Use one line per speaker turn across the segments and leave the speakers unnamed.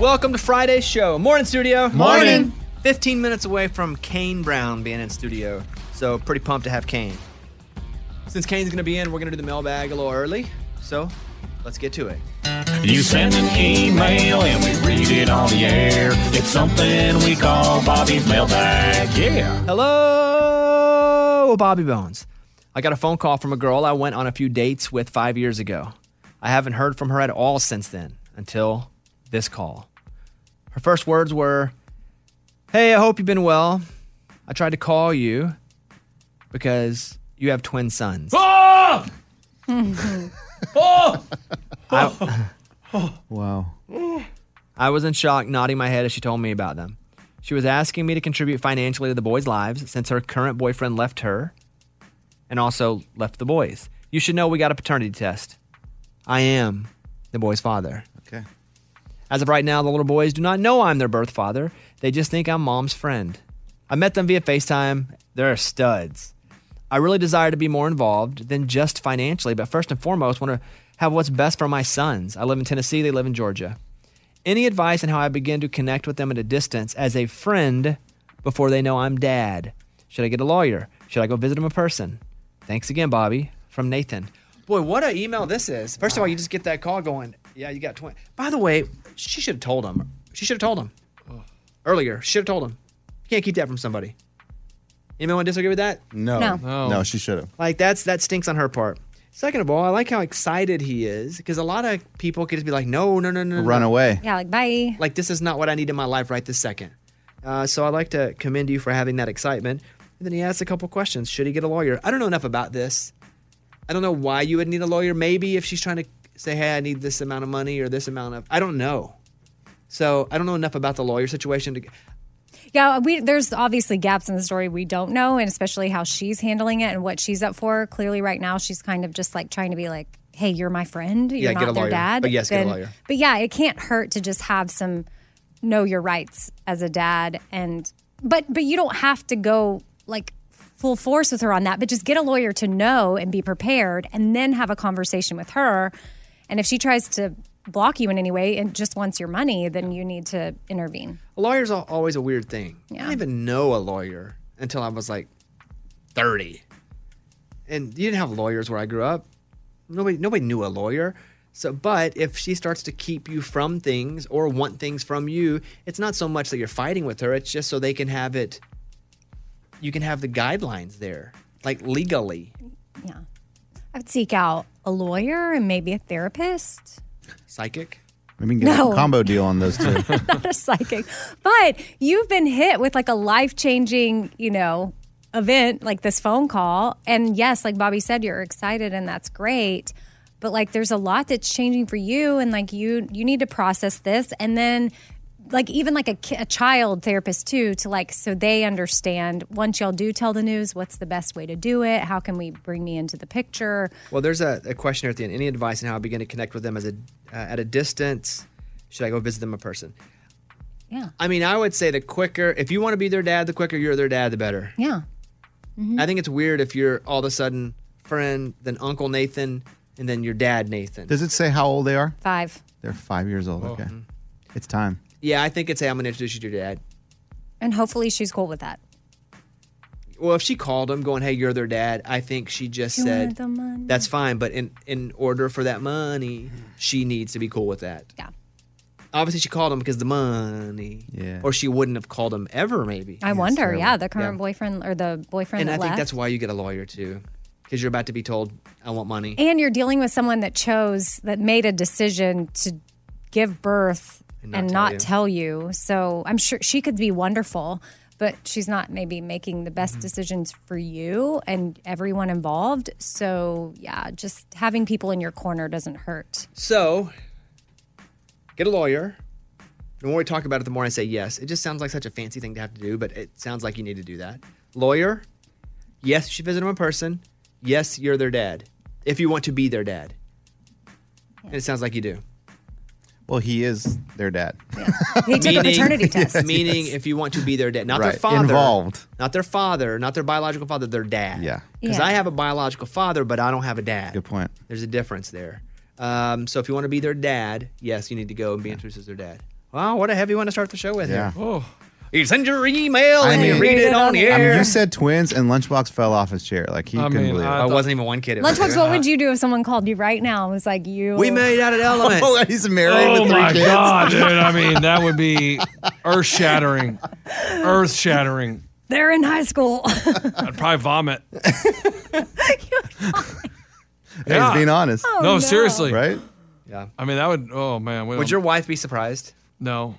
Welcome to Friday's show. Morning, studio.
Morning.
15 minutes away from Kane Brown being in studio. So, pretty pumped to have Kane. Since Kane's going to be in, we're going to do the mailbag a little early. So, let's get to it.
You send an email and we read it on the air. It's something we call Bobby's mailbag. Yeah.
Hello, Bobby Bones. I got a phone call from a girl I went on a few dates with five years ago. I haven't heard from her at all since then until this call. Her first words were, Hey, I hope you've been well. I tried to call you because you have twin sons.
Oh! oh!
I,
Wow.
I was in shock, nodding my head as she told me about them. She was asking me to contribute financially to the boys' lives since her current boyfriend left her and also left the boys. You should know we got a paternity test. I am the boy's father.
Okay.
As of right now, the little boys do not know I'm their birth father. They just think I'm mom's friend. I met them via FaceTime. They're studs. I really desire to be more involved than just financially, but first and foremost, want to have what's best for my sons. I live in Tennessee, they live in Georgia. Any advice on how I begin to connect with them at a distance as a friend before they know I'm dad? Should I get a lawyer? Should I go visit them in person? Thanks again, Bobby. From Nathan. Boy, what an email this is. First of all, you just get that call going, yeah, you got 20. By the way, she should have told him. She should have told him earlier. Should have told him. You can't keep that from somebody. Anyone disagree with that?
No.
No.
No, she should have.
Like that's that stinks on her part. Second of all, I like how excited he is because a lot of people could just be like, no, no, no, no, no.
Run away.
Yeah, like bye.
Like this is not what I need in my life right this second. Uh, so I like to commend you for having that excitement. And then he asked a couple questions. Should he get a lawyer? I don't know enough about this. I don't know why you would need a lawyer. Maybe if she's trying to say, hey, I need this amount of money or this amount of, I don't know. So I don't know enough about the lawyer situation to.
Yeah, we there's obviously gaps in the story we don't know, and especially how she's handling it and what she's up for. Clearly, right now she's kind of just like trying to be like, "Hey, you're my friend. You're
Yeah,
not
get a
their
lawyer.
dad."
But yes, get a
Then-
lawyer.
But yeah, it can't hurt to just have some know your rights as a dad, and but but you don't have to go like full force with her on that. But just get a lawyer to know and be prepared, and then have a conversation with her. And if she tries to block you in any way and just wants your money, then you need to intervene.
A lawyer's al- always a weird thing. I
Yeah.
didn't even know a lawyer until I was like 30. And you didn't have lawyers where I grew up. Nobody nobody knew a lawyer. So but if she starts to keep you from things or want things from you, it's not so much that you're fighting with her, it's just so they can have it you can have the guidelines there. Like legally.
I would seek out a lawyer and maybe a therapist,
Psychic?
Maybe we can get
No.
a combo deal on those two.
not a psychic. But you've been hit with like a life changing, you know, event like this phone call. And yes, like Bobby said, you're excited and that's great. But like there's a lot that's changing for you and like you you need to process this and then like even like a, ki- a child therapist too to like so they understand once y'all do tell the news what's the best way to do it how can we bring me into the picture
Well, there's a, a question here at the end. Any advice on how I begin to connect with them as a uh, at a distance? Should I go visit them in person?
yeah
I mean, I would say the quicker, if you want to be their dad, the quicker you're their dad, the better.
yeah Mm-hmm.
I think it's weird if you're all of a sudden friend, then Uncle Nathan, and then your dad, Nathan.
Does it say how old they are?
five
They're five years old. Okay. It's time.
yeah, I think it's, hey, I'm going to introduce you to your dad.
And hopefully she's cool with that.
Well, if she called him going, hey, you're their dad, I think she just
You
said,
wanted the money.
that's fine. But in, in order for that
Mm-hmm.
money, she needs to be cool with that.
Yeah.
Obviously, she called him because the money.
Yeah.
Or she wouldn't have called him ever, maybe.
I wonder. Yeah, the current
Yeah.
boyfriend or the boyfriend
and I
that
think
left.
that's why you get a lawyer, too, because you're about to be told, I want money.
and you're dealing with someone that chose that made a decision to give birth
And
and
not
not,
tell you.
tell, you. So I'm sure she could be wonderful, but she's not maybe making the
Mm-hmm.
best decisions for you and everyone involved. So yeah, just having people in your corner doesn't hurt.
So, get a lawyer. The more we talk about it, the more I say yes. It just sounds like such a fancy thing to have to do, but it sounds like you need to do that. Lawyer, yes, you should visit them in person. Yes, you're their dad. If you want to be their dad. And it sounds like you do.
Well, he is their dad.
He took a paternity test.
Meaning, if you want to be their dad, not their
Right.
father.
Involved.
Not their father, not their biological father, their dad.
Yeah.
Because
Yeah.
I have a biological father, but I don't have a dad.
Good point.
There's a difference there. Um, so if you want to be their dad, yes, you need to go and be introduced as their dad. Wow, what a heavy one to start the show with.
Yeah.
Here. You send your email
I
and you
mean-
read it on the
I mean,
air.
you said twins, and Lunchbox fell off his chair. Like he
I
couldn't
mean,
believe
I-
I wasn't even one kid. It was
Lunchbox,
two.
what would you do if someone called you right now and was like, "You"?
We made it out at
it.
Element.
Oh, he's married
oh
with three
my
kids.
god, dude! I mean, that would be earth shattering, earth shattering.
They're in high school. Oh,
I'd probably vomit.
Hey, he's being honest,
Oh.
no, seriously.
right?
Yeah.
I mean, that would. Oh man, we
Would your wife be surprised?
no?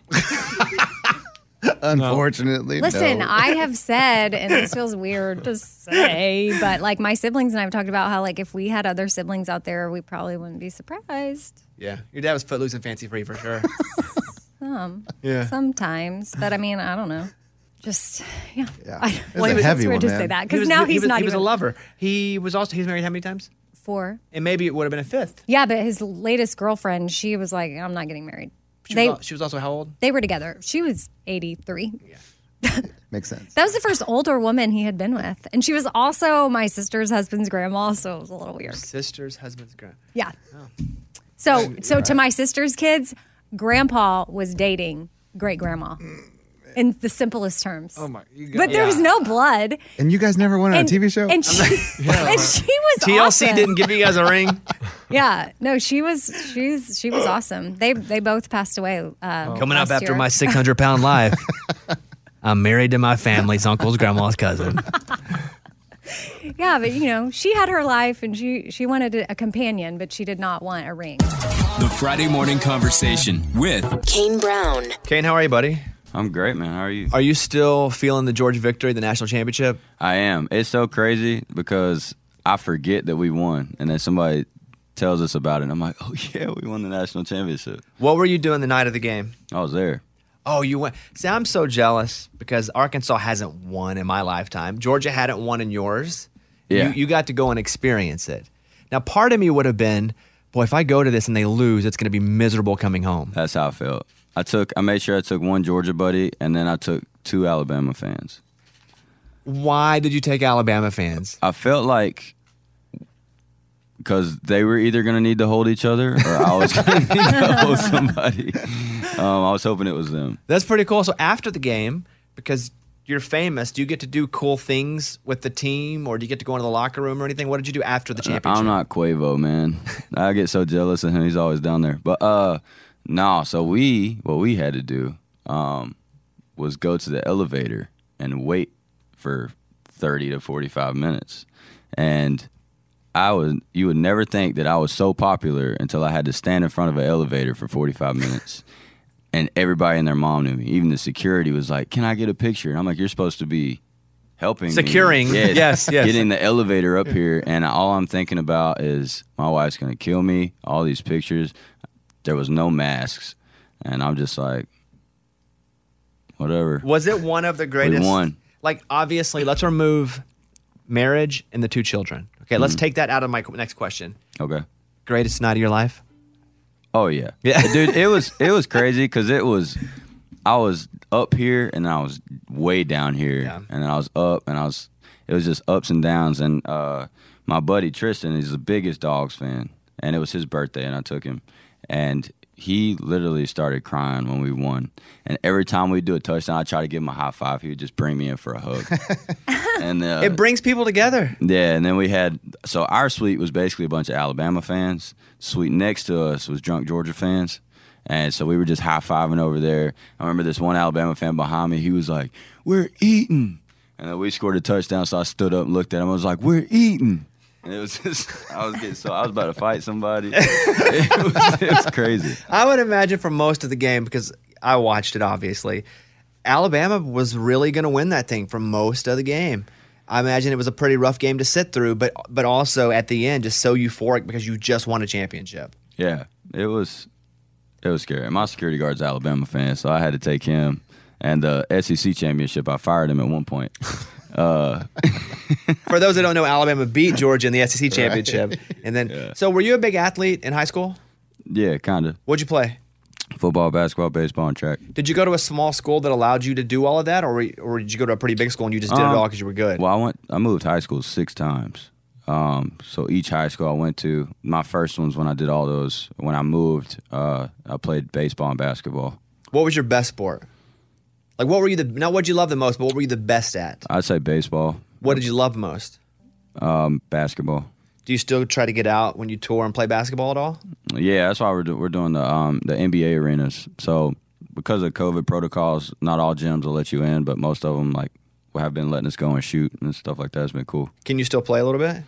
Unfortunately,
Listen,
no.
I have said, and this feels weird to say, but like my siblings and I've talked about how like if we had other siblings out there, we probably wouldn't be surprised
Yeah. Your dad was footloose and fancy free for sure.
sometimes. But I mean, I don't know. Just yeah.
Yeah.
I,
This is
well,
a heavy
it's weird
one,
to say
man.
that
He
because
was-
now
he
he's
was-
not
He was
even
a lover. He was also. He's married how many times?
four.
And maybe it would have been a fifth.
Yeah, but his latest girlfriend, she was like, "I'm not getting married."
She,
they
was, al- she was also how old?
they were together. She was 83.
makes sense.
That was the first older woman he had been with, and she was also my sister's husband's grandma, so it was a little weird.
Sisters, husbands, grand.
Yeah.
Oh.
So so to my sister's kids, grandpa was dating great grandma in the simplest terms.
Oh my. You
But there was
Yeah.
no blood.
And you guys never went on a TV show.
And she, and she was
TLC
awesome.
didn't give you guys a ring.
Yeah. No, she was she's she was awesome. They they both passed away. Um,
Oh. Coming up
last
after
year.
my 600 pound life. I'm married to my family's uncle's grandma's cousin.
Yeah, but you know, she had her life and she she wanted a companion, but she did not want a ring.
The Friday morning conversation with
Kane Brown.
Kane, how are you, buddy?
I'm great, man. How are you?
Are you still feeling the Georgia victory, the national championship?
I am. It's so crazy because I forget that we won, and then somebody tells us about it. And I'm like, oh yeah, we won the national championship.
What were you doing the night of the game?
I was there.
Oh, you went. See, I'm so jealous because Arkansas hasn't won in my lifetime. Georgia hadn't won in yours.
Yeah.
You, you got to go and experience it. Now, part of me would have been, boy, if I go to this and they lose, it's going to be miserable coming home.
That's how I felt. I took. I made sure I took one Georgia buddy, and then I took two Alabama fans.
Why did you take Alabama fans?
I felt like because they were either going to need to hold each other, or I was going to need to hold somebody. Um, I was hoping it was them.
That's pretty cool. So after the game, because you're famous, do you get to do cool things with the team, or do you get to go into the locker room or anything? What did you do after the championship?
I'm not Quavo, man. I get so jealous of him. He's always down there. But uh no, so we what we had to do um was go to the elevator and wait for 30 to 45 minutes. And I would you would never think that I was so popular until I had to stand in front of an elevator for 45 minutes. And everybody and their mom knew me. Even the security was like, "Can I get a picture?" And I'm like, "You're supposed to be helping, me."
Securing. Yes, yes.
getting the elevator up here." And all I'm thinking about is my wife's gonna kill me. All these pictures. There was no masks, and I'm just like, whatever.
Was it one of the greatest?
won.
Like obviously, let's remove marriage and the two children. Okay,
Mm-hmm.
let's take that out of my qu- next question.
Okay.
Greatest night of your life?
Oh yeah,
Yeah.
dude. It was it was crazy because it was I was up here and I was way down here,
Yeah.
and then I was up and I was it was just ups and downs. And uh, my buddy Tristan is the biggest dogs fan, and it was his birthday, and I took him, and he literally started crying when we won. And every time we do a touchdown, I try to give him a high five. He would just bring me in for a hug, and uh,
It brings people together.
yeah, and then we had so our suite was basically a bunch of Alabama fans. Suite next to us was drunk Georgia fans, and so we were just high fiving over there. I remember this one Alabama fan behind me. He was like, "We're eating," and then we scored a touchdown. So I stood up and looked at him. I was like, "We're eating." And it was just, I was getting so, I was about to fight somebody. It was, it was crazy.
I would imagine for most of the game because I watched it. Obviously, Alabama was really going to win that thing for most of the game. I imagine it was a pretty rough game to sit through, but but also at the end, just so euphoric because you just won a championship.
Yeah, it was it was scary. My security guard's Alabama fan, so I had to take him. And the SEC championship, I fired him at one point.
For those that don't know, Alabama beat Georgia in the SEC championship, and then. So, were you a big athlete in high school?
Yeah, kind of.
What'd you play?
Football, basketball, baseball, and track.
Did you go to a small school that allowed you to do all of that, or were- or did you go to a pretty big school and you just did it
Um,
all because you were good?
Well, I went. I moved high school six times. Um, so each high school I went to, my first ones when I did all those. When I moved, uh, I played baseball and basketball.
What was your best sport? Like, what were you the not what you love the most, but what were you the best at?
I'd say baseball,
What did you love most?
um, basketball.
Do you still try to get out when you tour and play basketball at all?
Yeah, that's why we're do- we're doing the um the NBA arenas. So because of COVID protocols, not all gyms will let you in, but most of them like have been letting us go and shoot and stuff like that. It's been cool.
Can you still play a little bit?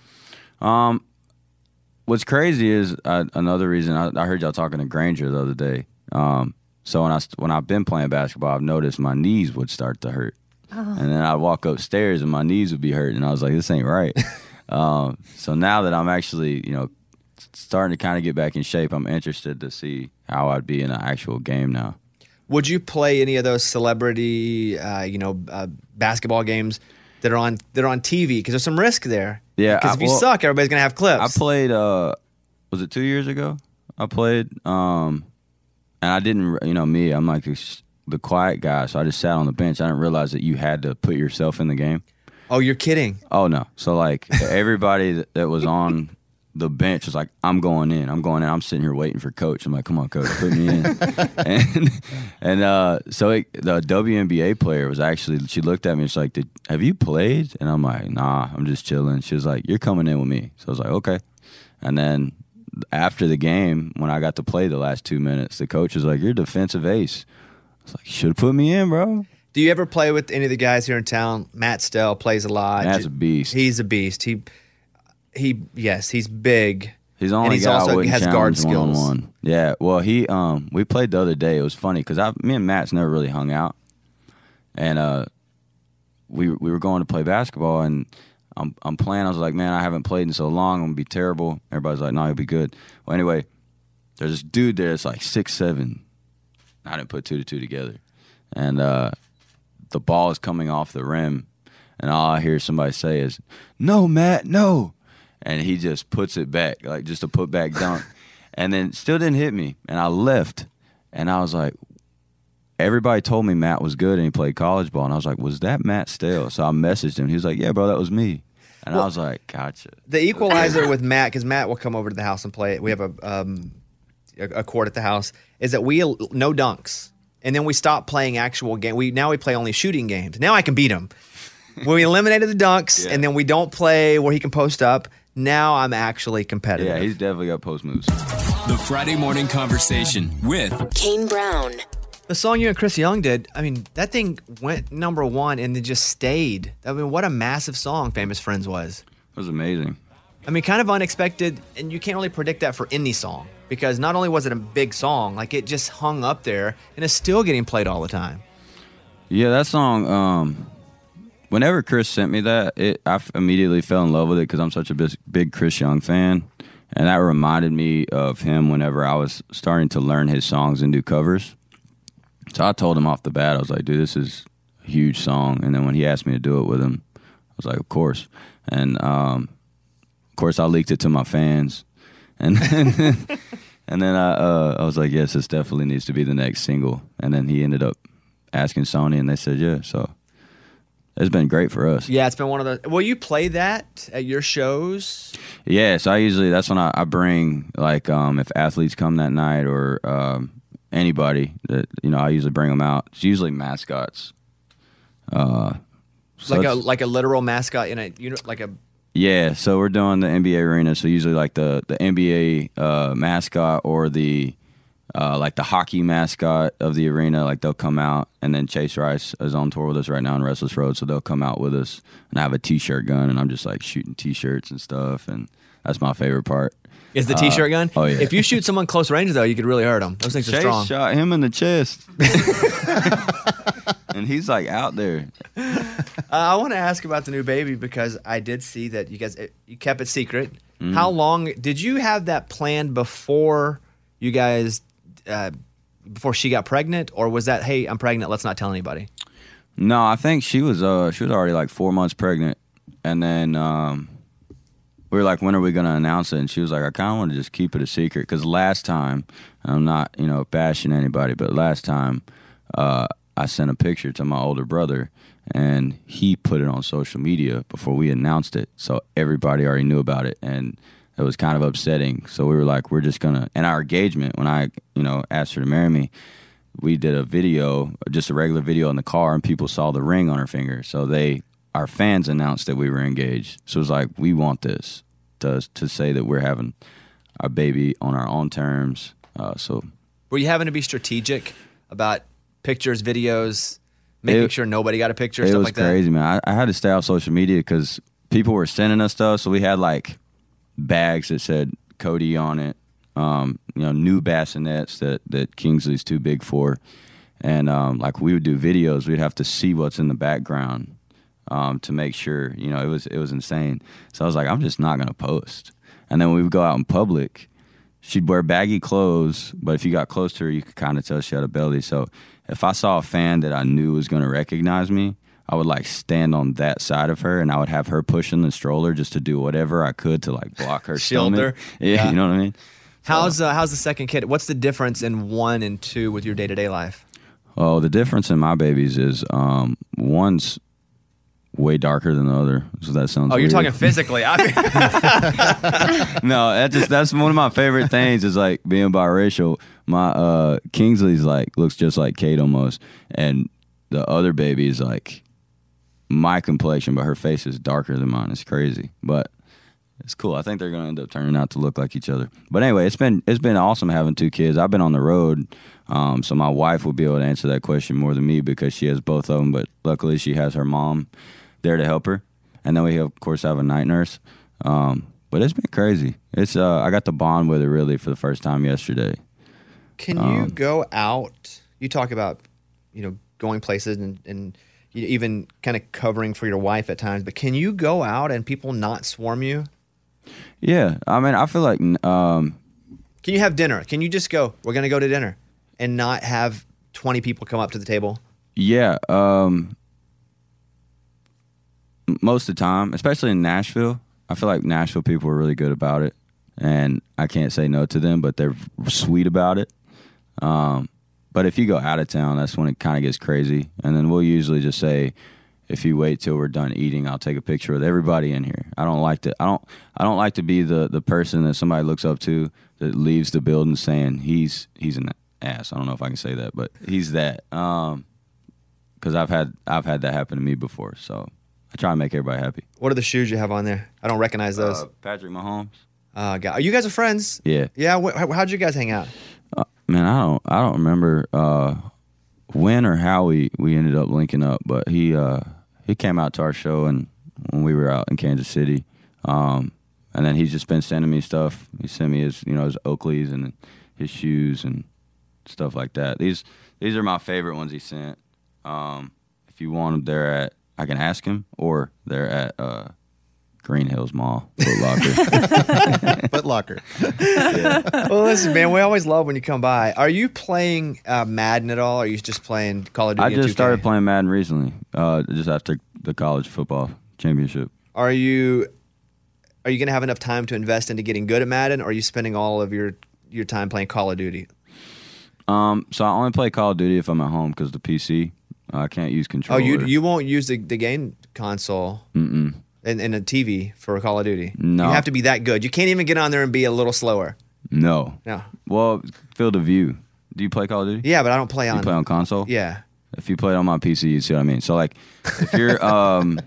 What's crazy is uh, another reason I, I heard y'all talking to Granger the other day. Um, so when I st- when I've been playing basketball, I've noticed my knees would start to hurt, and then I'd walk upstairs and my knees would be hurting, and I was like, this ain't right. um, so now that I'm actually you know s- starting to kind of get back in shape, I'm interested to see how I'd be in an actual game now.
Would you play any of those celebrity, uh, you know, uh, basketball games that are on that are on TV? Because there's some risk there.
Yeah,
Because
I-
if you
well,
suck, everybody's gonna have clips.
I played. uh Was it two years ago? I played. um And I didn't. You know me. I'm like this, the quiet guy, so I just sat on the bench. I didn't realize that you had to put yourself in the game.
Oh, you're kidding.
Oh no! So like everybody that- that was on the bench was like, "I'm going in. I'm going in. I'm sitting here waiting for coach." I'm like, "Come on, coach, put me in." and and uh, so it, the WNBA player was actually she looked at me. and She's like, Did, "Have you played?" And I'm like, "Nah, I'm just chilling." She was like, "You're coming in with me." So I was like, "Okay." And then after the game, when I got to play the last two minutes, the coach was like, "You're a defensive ace." I was like, "Should put me in, bro."
Do you ever play with any of the guys here in town? Matt Stell plays a lot.
Matt's a beast.
He's a beast. He, he, yes, he's big.
He's the only
and he's
guy I
also
wouldn't
has guard
challenge
skills.
one-on-one. Yeah. Well, he um we played the other day. It was funny because I me and Matt's never really hung out, and uh we we were going to play basketball and. I'm, I'm playing. I was like, man, I haven't played in so long. I'm gonna be terrible. Everybody's like, no, you'll be good. Well, anyway, there's this dude there that's like six seven. I didn't put two to two together, and uh, the ball is coming off the rim, and all I hear somebody say is, "No, Matt, no," and he just puts it back, like just a put back dunk, and then still didn't hit me, and I left, and I was like. Everybody told me Matt was good and he played college ball, and I was like, "Was that Matt Stale?" So I messaged him. He was like, "Yeah, bro, that was me," and I was like, "Gotcha."
The equalizer with Matt, because Matt will come over to the house and play. We have a um, a, a court at the house. Is that we al- no dunks, and then we stop playing actual game. We now we play only shooting games. Now I can beat him. when we eliminated the dunks, and then we don't play where he can post up. Now I'm actually competitive.
Yeah, he's definitely got post moves.
The Friday morning conversation with
Kane Brown.
the song you and Chris Young did. I mean, that thing went number one, and then just stayed. I mean, what a massive song "Famous Friends" was.
It was amazing.
I mean, kind of unexpected, and you can't really predict that for any song because not only was it a big song, like it just hung up there and it's still getting played all the time.
Yeah, that song. Um, whenever Chris sent me that, it I f- immediately fell in love with it because I'm such a bis- big Chris Young fan, and that reminded me of him whenever I was starting to learn his songs and do covers. So I told him off the bat, I was like, "Dude, this is a huge song." And then when he asked me to do it with him, I was like, "Of course." And um, of course, I leaked it to my fans, and then, and then I uh, I was like, "Yes, this definitely needs to be the next single." And then he ended up asking Sony, and they said, "Yeah." So it's been great for us.
Yeah, it's been one of those. Will you play that at your shows?
Yeah, so I usually that's when I, I bring like um, if athletes come that night or um, anybody that you know I usually bring them out. It's usually mascots. Uh, so
like a
it's-
like a literal mascot in a you know like a
yeah. So we're doing the NBA arena. So usually like the the NBA uh, mascot or the uh, like the hockey mascot of the arena, like they'll come out, and then Chase Rice is on tour with us right now on Restless Road, so they'll come out with us, and I have a T-shirt gun, and I'm just like shooting T-shirts and stuff, and that's my favorite part.
is the t-shirt gun.
oh, yeah.
If you shoot someone close range though, you could really hurt them. Those things are
Chase
strong.
shot him in the chest. and he's like out there.
Uh, I want to ask about the new baby because I did see that you guys it, you kept it secret.
Mm-hmm.
How long did you have that planned before you guys uh, before she got pregnant, or was that hey I'm pregnant, let's not tell anybody?
No, I think she was uh she was already like four months pregnant. And then um we were like, when are we gonna announce it? And she was like, I kinda wanna just keep it a secret because last time and I'm not, you know, bashing anybody, but last time uh I sent a picture to my older brother and he put it on social media before we announced it. So everybody already knew about it and it was kind of upsetting. So we were like, we're just gonna and our engagement when I, you know, asked her to marry me, we did a video, just a regular video in the car, and people saw the ring on her finger. So they, our fans, announced that we were engaged. So it was like, we want this to to say that we're having our baby on our own terms. Uh, so
Were you having to be strategic about pictures, videos, making
It-
sure nobody got a picture,
it
stuff
was
like
crazy, man. I, I had to stay off social media because people were sending us stuff. So we had like bags that said Cody on it. Um, you know, new bassinets that that Kingsley's too big for, and um, like we would do videos, we'd have to see what's in the background um, to make sure. You know, it was it was insane. So I was like, I'm just not gonna post. And then we would go out in public. She'd wear baggy clothes, but if you got close to her, you could kind of tell she had a belly. So if I saw a fan that I knew was going to recognize me, I would like stand on that side of her, and I would have her pushing the stroller just to do whatever I could to like block her
Shield
stomach.
her.
Yeah,
Yeah.
you know what I mean.
that? How's uh, how's the second kid? What's the difference in one and two with your day to day life?
Oh, the difference in my babies is um, one's way darker than the other. So that sounds.
Oh, you're
weird.
talking physically. I mean,
no, that just that's one of my favorite things is like being biracial. My uh Kingsley's like looks just like Kate almost, and the other baby is like my complexion, but her face is darker than mine. It's crazy, but it's cool. I think they're gonna end up turning out to look like each other. But anyway, it's been it's been awesome having two kids. I've been on the road, um, so my wife will be able to answer that question more than me because she has both of them. But luckily, she has her mom there to help her, and then we of course have a night nurse. Um, but it's been crazy. It's uh, I got to bond with her really for the first time yesterday.
Can you go out? You talk about, you know, going places and, and you even kind of covering for your wife at times, but can you go out and people not swarm you?
Yeah, I mean, I feel like um,
Can you have dinner? Can you just go, we're going to go to dinner and not have 20 people come up to the table?
Yeah. Um, m- most of the time, especially in Nashville, I feel like Nashville people are really good about it, and I can't say no to them, but they're sweet about it. Um, but if you go out of town, that's when it kind of gets crazy, and then we'll usually just say. If you wait till we're done eating, I'll take a picture with everybody in here. I don't like to. I don't. I don't like to be the the person that somebody looks up to that leaves the building saying he's he's an ass. I don't know if I can say that, but he's that. Um, because I've had I've had that happen to me before. So I try and make everybody happy.
What are the shoes you have on there? I don't recognize those.
Uh, Patrick Mahomes.
Uh, God. You guys are friends?
Yeah,
Yeah. Wh- how- how'd you guys hang out?
man, I don't I don't remember uh, when or how we we ended up linking up, but he uh, he came out to our show and when we were out in Kansas City, um, and then he's just been sending me stuff. He sent me his you know his Oakleys and his shoes and stuff like that. These these are my favorite ones he sent. Um, if you want them, they're at I can ask him or they're at uh, Green Hills Mall, Foot Locker.
Foot Locker.
well, listen, man, we always love when you come by. Are you playing uh, Madden at all? Or are you just playing Call of Duty?
I
and
just
2K?
started playing Madden recently, uh, just after the college football championship.
Are you are you going to have enough time to invest into getting good at Madden, or are you spending all of your your time playing Call of Duty?
Um, so I only play Call of Duty if I'm at home because the PC I can't use
Oh,
controller.
you you won't use the, the game console and, and a TV for Call of Duty.
No.
you have to be that good. You can't even get on there and be a little slower.
no.
No.
Well, field of view. Do you play Call of Duty?
Yeah, but I don't play on.
You play on console?
yeah,
If you play it on my PC, you see what I mean. So like, if you're um,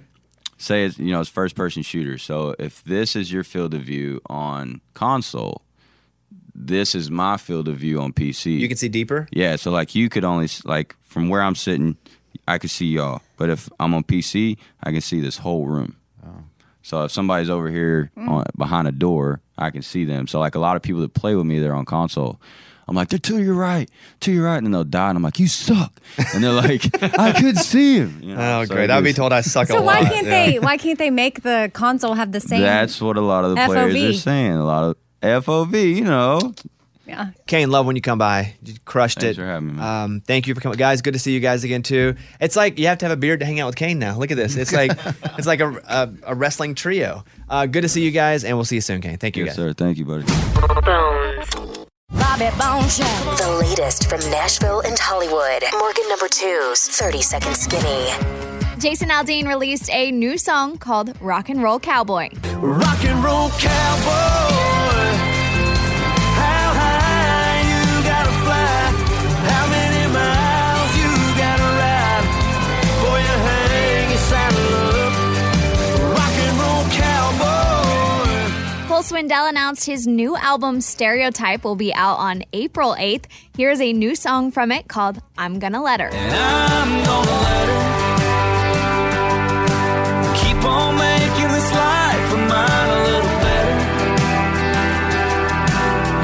say it's you know it's first person shooter. So if this is your field of view on console, this is my field of view on PC.
you can see deeper.
Yeah, so like you could only s- like from where I'm sitting, I could see y'all. But if I'm on PC, I can see this whole room.
Oh.
So if somebody's over here
Mm.
on, behind a door, I can see them. So like a lot of people that play with me, they're on console. I'm like, they're to your right, to your right, and then they'll die, and I'm like, you suck, and they're like, I could see him. You know,
Oh,
so
great!
it
I'd be
is-
told I suck a
So
lot.
why can't
Yeah.
they? Why can't they make the console have the same?
That's what a lot of the
FOV.
players are saying. A lot of FOV, you know.
yeah.
Kane, love when you come by. You crushed
Thanks
it.
for having me, man.
Um, thank you for coming, guys. Good to see you guys again too. It's like you have to have a beard to hang out with Kane now. Look at this. It's like it's like a, a, a wrestling trio. Uh, good to see you guys, and we'll see you soon, Kane. Thank you,
Yes,
guys.
sir. Thank you, buddy.
Bobby Bones Show.
The latest from Nashville and Hollywood. Morgan number two's 30 Second Skinny.
Jason Aldean released a new song called Rock and Roll Cowboy.
Rock and roll cowboy. How high you gotta fly? How many miles?
Swindell announced his new album Stereotype will be out on April 8th. Here's a new song from it called I'm Gonna Let Her.
I'm gonna let her keep on making this life of mine a little better.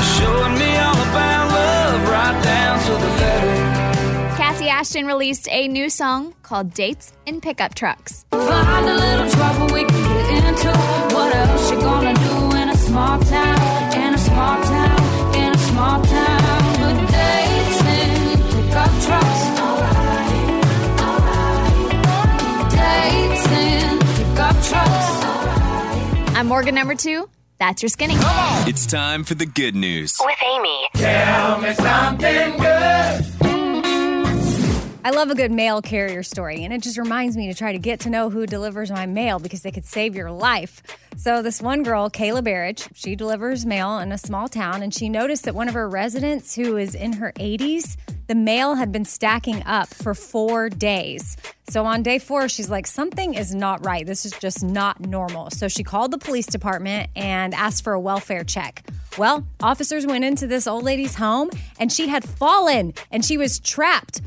Showing me all about love right down to the letter.
Cassie Ashton released a new song called Dates in Pickup Trucks.
Find a little trouble we can get into. What else you gonna do in a small town? In a small town, in a small town. Good dates in pickup trucks. Alright, alright. Dates in pickup trucks.
I'm Morgan number two. That's your skinny.
It's time for the good news.
With Amy.
Tell me something good.
I love a good mail carrier story, and it just reminds me to try to get to know who delivers my mail because they could save your life. So, this one girl, Kayla Barrich, she delivers mail in a small town, and she noticed that one of her residents, who is in her 80s, the mail had been stacking up for four days. So, on day four, she's like, Something is not right. This is just not normal. So, she called the police department and asked for a welfare check. Well, officers went into this old lady's home, and she had fallen and she was trapped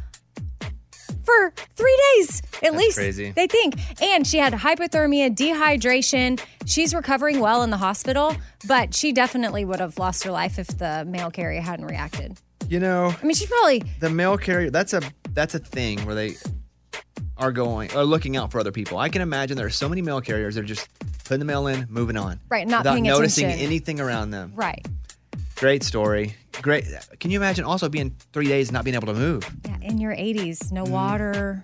for three days at least.
crazy.
They think. And she had hypothermia, dehydration. She's recovering well in the hospital, but she definitely would have lost her life if the mail carrier hadn't reacted.
You know,
I mean, she probably,
the mail carrier that's a that's a thing where they are going are looking out for other people. I can imagine there are so many mail carriers they're just putting the mail in, moving on.
Right, not
without
paying
noticing
attention.
anything around them.
right.
Great story. Great. Can you imagine also being three days and not being able to move?
Yeah, in your 80s,
Mm.
no water.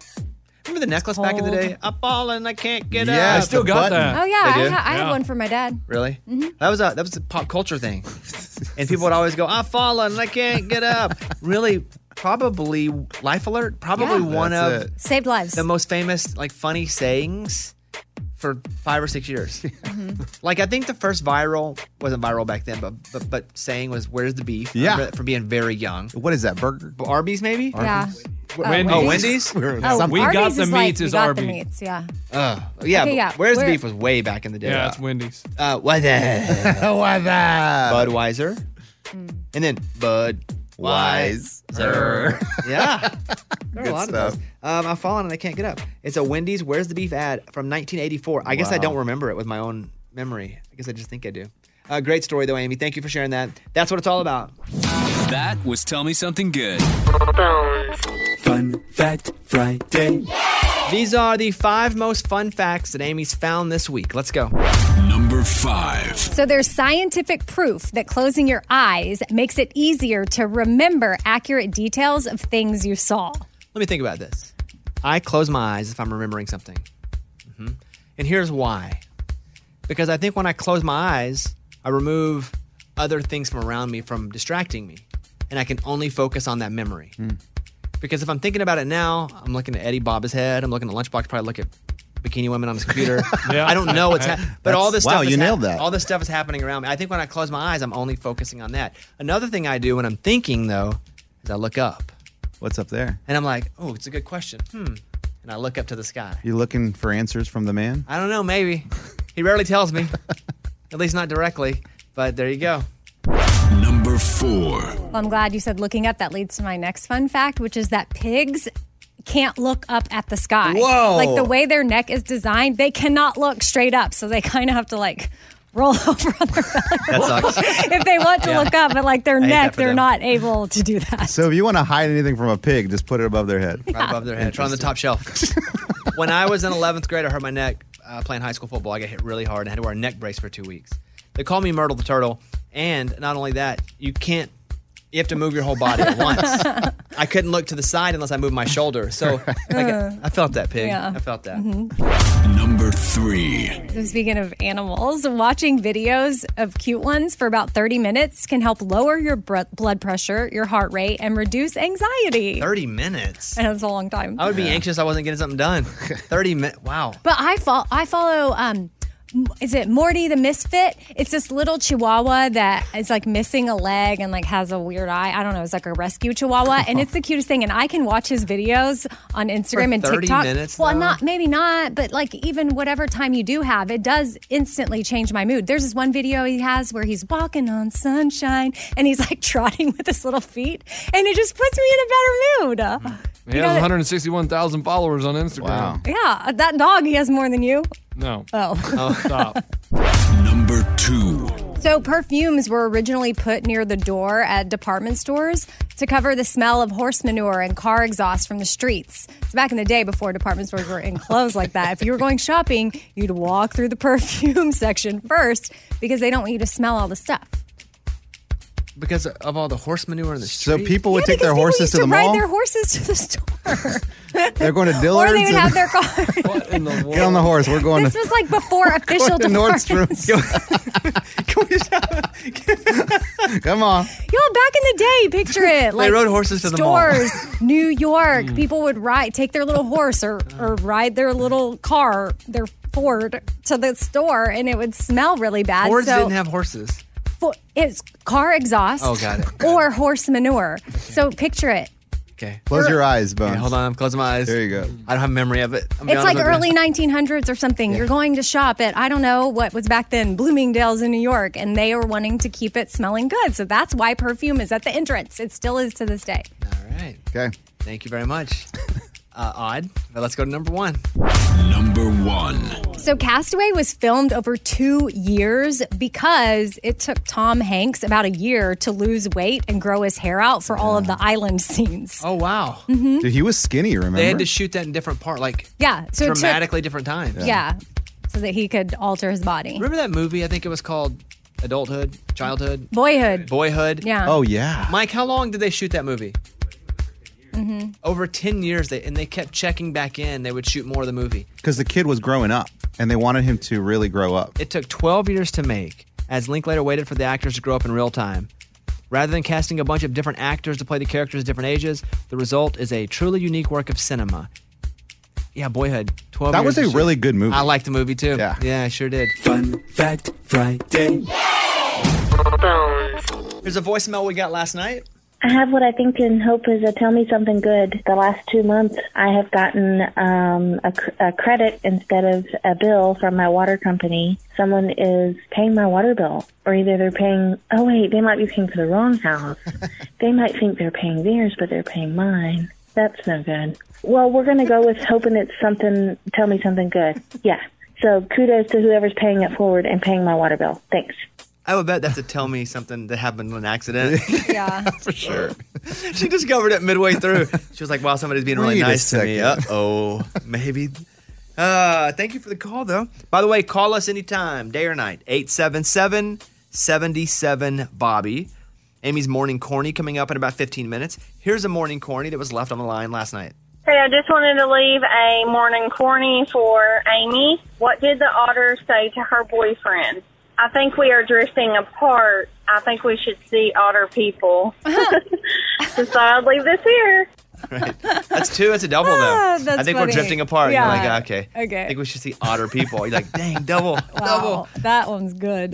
Remember the necklace back in the
Cold.
day? I'm falling, I can't get
Yeah,
up.
I still
the
got
button.
that.
Oh, yeah. I,
They do?
ha- I had
Yeah.
one for my dad.
Really?
Mm-hmm.
That was a that was a pop culture thing, and people would always go, "I've fallen, I can't get up." really, probably Life Alert, probably
Yeah.
one
That's
of
it.
Saved lives.
the most famous like funny sayings for five or six years.
Mm-hmm.
Like I think the first viral wasn't viral back then, but but, but saying was "Where's the beef?" I
Yeah.
remember that from being very young.
What is that burger?
Arby's maybe?
yeah.
W-
Wendy's.
Oh, Wendy's.
We were in
Oh,
something-
We got
Arby's
the
is like,
meats
we
is
got the
Arby.
meats, yeah.
Oh, Yeah,
Okay,
but
yeah.
Where's the
Where-
beef was way back in the day.
Yeah, it's Wendy's.
uh, what the
Why that?
Budweiser,
Mm.
and then Budweiser.
Wise.
Yeah. there are a lot
stuff.
of those. Um, I've fallen and I can't get up. It's a Wendy's Where's the Beef ad from 1984. I guess I don't remember it with my own memory. I guess I just think I do. Uh, great story, though, Amy. Thank you for sharing that. That's what it's all about.
That was Tell Me Something Good.
These are the five most fun facts that Amy's found this week. Let's go.
Number five.
So there's scientific proof that closing your eyes makes it easier to remember accurate details of things you saw.
Let me think about this. I close my eyes if I'm remembering something. Mhm. And here's why. Because I think when I close my eyes, I remove other things from around me from distracting me. And I can only focus on that memory.
Hmm.
Because if I'm thinking about it now, I'm looking at Eddie Baba's head. I'm looking at Lunchbox. Probably look at bikini women on his computer.
Yeah.
I don't know what's happening. But all this
Wow,
stuff. is
you nailed
hap-
that.
All this stuff is happening around me. I think when I close my eyes, I'm only focusing on that. Another thing I do when I'm thinking though is I look up.
What's up there?
And I'm like, oh, it's a good question. Hmm. And I look up to the sky.
You looking for answers from the man?
I don't know, maybe. He rarely tells me, at least not directly. But there you go.
Number four.
Well, I'm glad you said looking up. That leads to my next fun fact, which is that pigs can't look up at the sky.
Whoa.
Like the way their neck is designed, they cannot look straight up. So they kind of have to like roll over on their belly
That sucks.
if they want to look up. But like their
hate that
neck,
for
they're
them.
not able to do that.
So if you want to hide anything from a pig, just put it above their head.
right above their head. Try on the top shelf. when I was in 11th grade, I hurt my neck uh, playing high school football. I got hit really hard and had to wear a neck brace for two weeks. They call me Myrtle the Turtle. And not only that, you can't, you have to move your whole body at once. I couldn't look to the side unless I moved my shoulder. So like, I felt that pig.
Yeah.
I felt that.
Number three.
So Speaking of animals, watching videos of cute ones for about 30 minutes can help lower your br- blood pressure, your heart rate, and reduce anxiety.
30 minutes.
I know it's a long time.
I would be anxious I wasn't getting something done. 30 minutes. Wow.
But I fol- I follow um, is it Morty the Misfit? It's this little chihuahua that is like missing a leg and like has a weird eye. I don't know. It's like a rescue chihuahua, and it's the cutest thing. And I can watch his videos on Instagram
For
and
30
TikTok.
minutes,
well,
though?
not maybe not, but like even whatever time you do have, it does instantly change my mood. There's this one video he has where he's walking on sunshine and he's like trotting with his little feet, and it just puts me in a better mood.
Mm-hmm.
He has 161,000 followers on Instagram.
Yeah, that dog he has more than you.
No.
Oh.
stop.
Number two.
So, perfumes were originally put near the door at department stores to cover the smell of horse manure and car exhaust from the streets. It's back in the day before department stores were enclosed like that. If you were going shopping, you'd walk through the perfume section first because they don't want you to smell all the stuff.
because of all the horse manure in the
So
street.
people would take
Because
their
people
horses
used
to the
ride
mall.
their horses to the store.
They're going to
or
Dillard's.
they would
and-
have their car.
Get on the horse. We're going
This
to
was like before official
to
departments.
Nordstrom. Come on.
Y'all back in the day, picture it. Like
rode horses to the mall. Mm.
stores, New York. People would ride, take their little horse or, or ride their little car, their Ford, to the store, and it would smell really bad.
Fords
so
didn't have horses.
fo- it's car exhaust.
Oh, got it.
Or horse manure. So picture it.
Okay.
Close your eyes, Bones.
Okay, hold on. I'm closing my eyes.
There you go.
I don't have memory of it. I'm
It's like
honest with
early
you.
1900s or something. You're going to shop at, I don't know what was back then, Bloomingdale's in New York, and they are wanting to keep it smelling good. So that's why perfume is at the entrance. It still is to this day.
All right.
Okay.
Thank you very much. Uh, odd, but let's go to number one.
Number one.
So, Castaway was filmed over two years because it took Tom Hanks about a year to lose weight and grow his hair out for all of the island scenes.
Oh wow.
Mm-hmm. Hmm?
Dude, he was skinny, remember?
They had to shoot that in different part, like
Yeah. So, it took,
dramatically different times.
yeah. So that he could alter his body.
Remember that movie? I think it was called Adulthood, Childhood,
Boyhood.
Boyhood.
yeah.
oh, yeah.
Mike, how long did they shoot that movie? Over ten years, they and they kept checking back in. They would shoot more of the movie.
Because the kid was growing up and they wanted him to really grow up.
It took 12 years to make, as Linklater waited for the actors to grow up in real time. Rather than casting a bunch of different actors to play the characters at different ages, the result is a truly unique work of cinema. Yeah, Boyhood. 12
That
years
was a
to shoot.
really good movie.
I liked the movie too.
Yeah.
Yeah, I sure did.
Fun Fact Friday.
Here's a voicemail we got last night.
I have what I think and hope is a tell me something good. The last two months, I have gotten um, a, cr- a credit instead of a bill from my water company. Someone is paying my water bill, or either they're paying. Oh wait, they might be paying for the wrong house. they might think they're paying theirs, but they're paying mine. That's no good. Well, we're gonna go with hoping it's something. Tell me something good. Yeah. So kudos to whoever's paying it forward and paying my water bill. Thanks.
I would bet that's to tell me something that happened in an accident.
yeah.
For sure. she discovered it midway through. She was like, wow, somebody's being really
Wait a
nice to me. Uh
second.
oh. Maybe. Uh, thank you for the call, though. By the way, call us anytime, day or night. 877 77 Bobby. Amy's morning corny coming up in about 15 minutes. Here's a morning corny that was left on the line last night.
Hey, I just wanted to leave a morning corny for Amy. What did the otter say to her boyfriend? I think we are drifting apart. I think we should see otter people. just thought I'd leave this here.
That's two. That's a double, though.
Ah, that's
I think
funny.
we're drifting apart.
Yeah.
You're like, okay.
Okay.
I think we should see otter people. You're like, dang, double,
Wow.
double.
That one's good.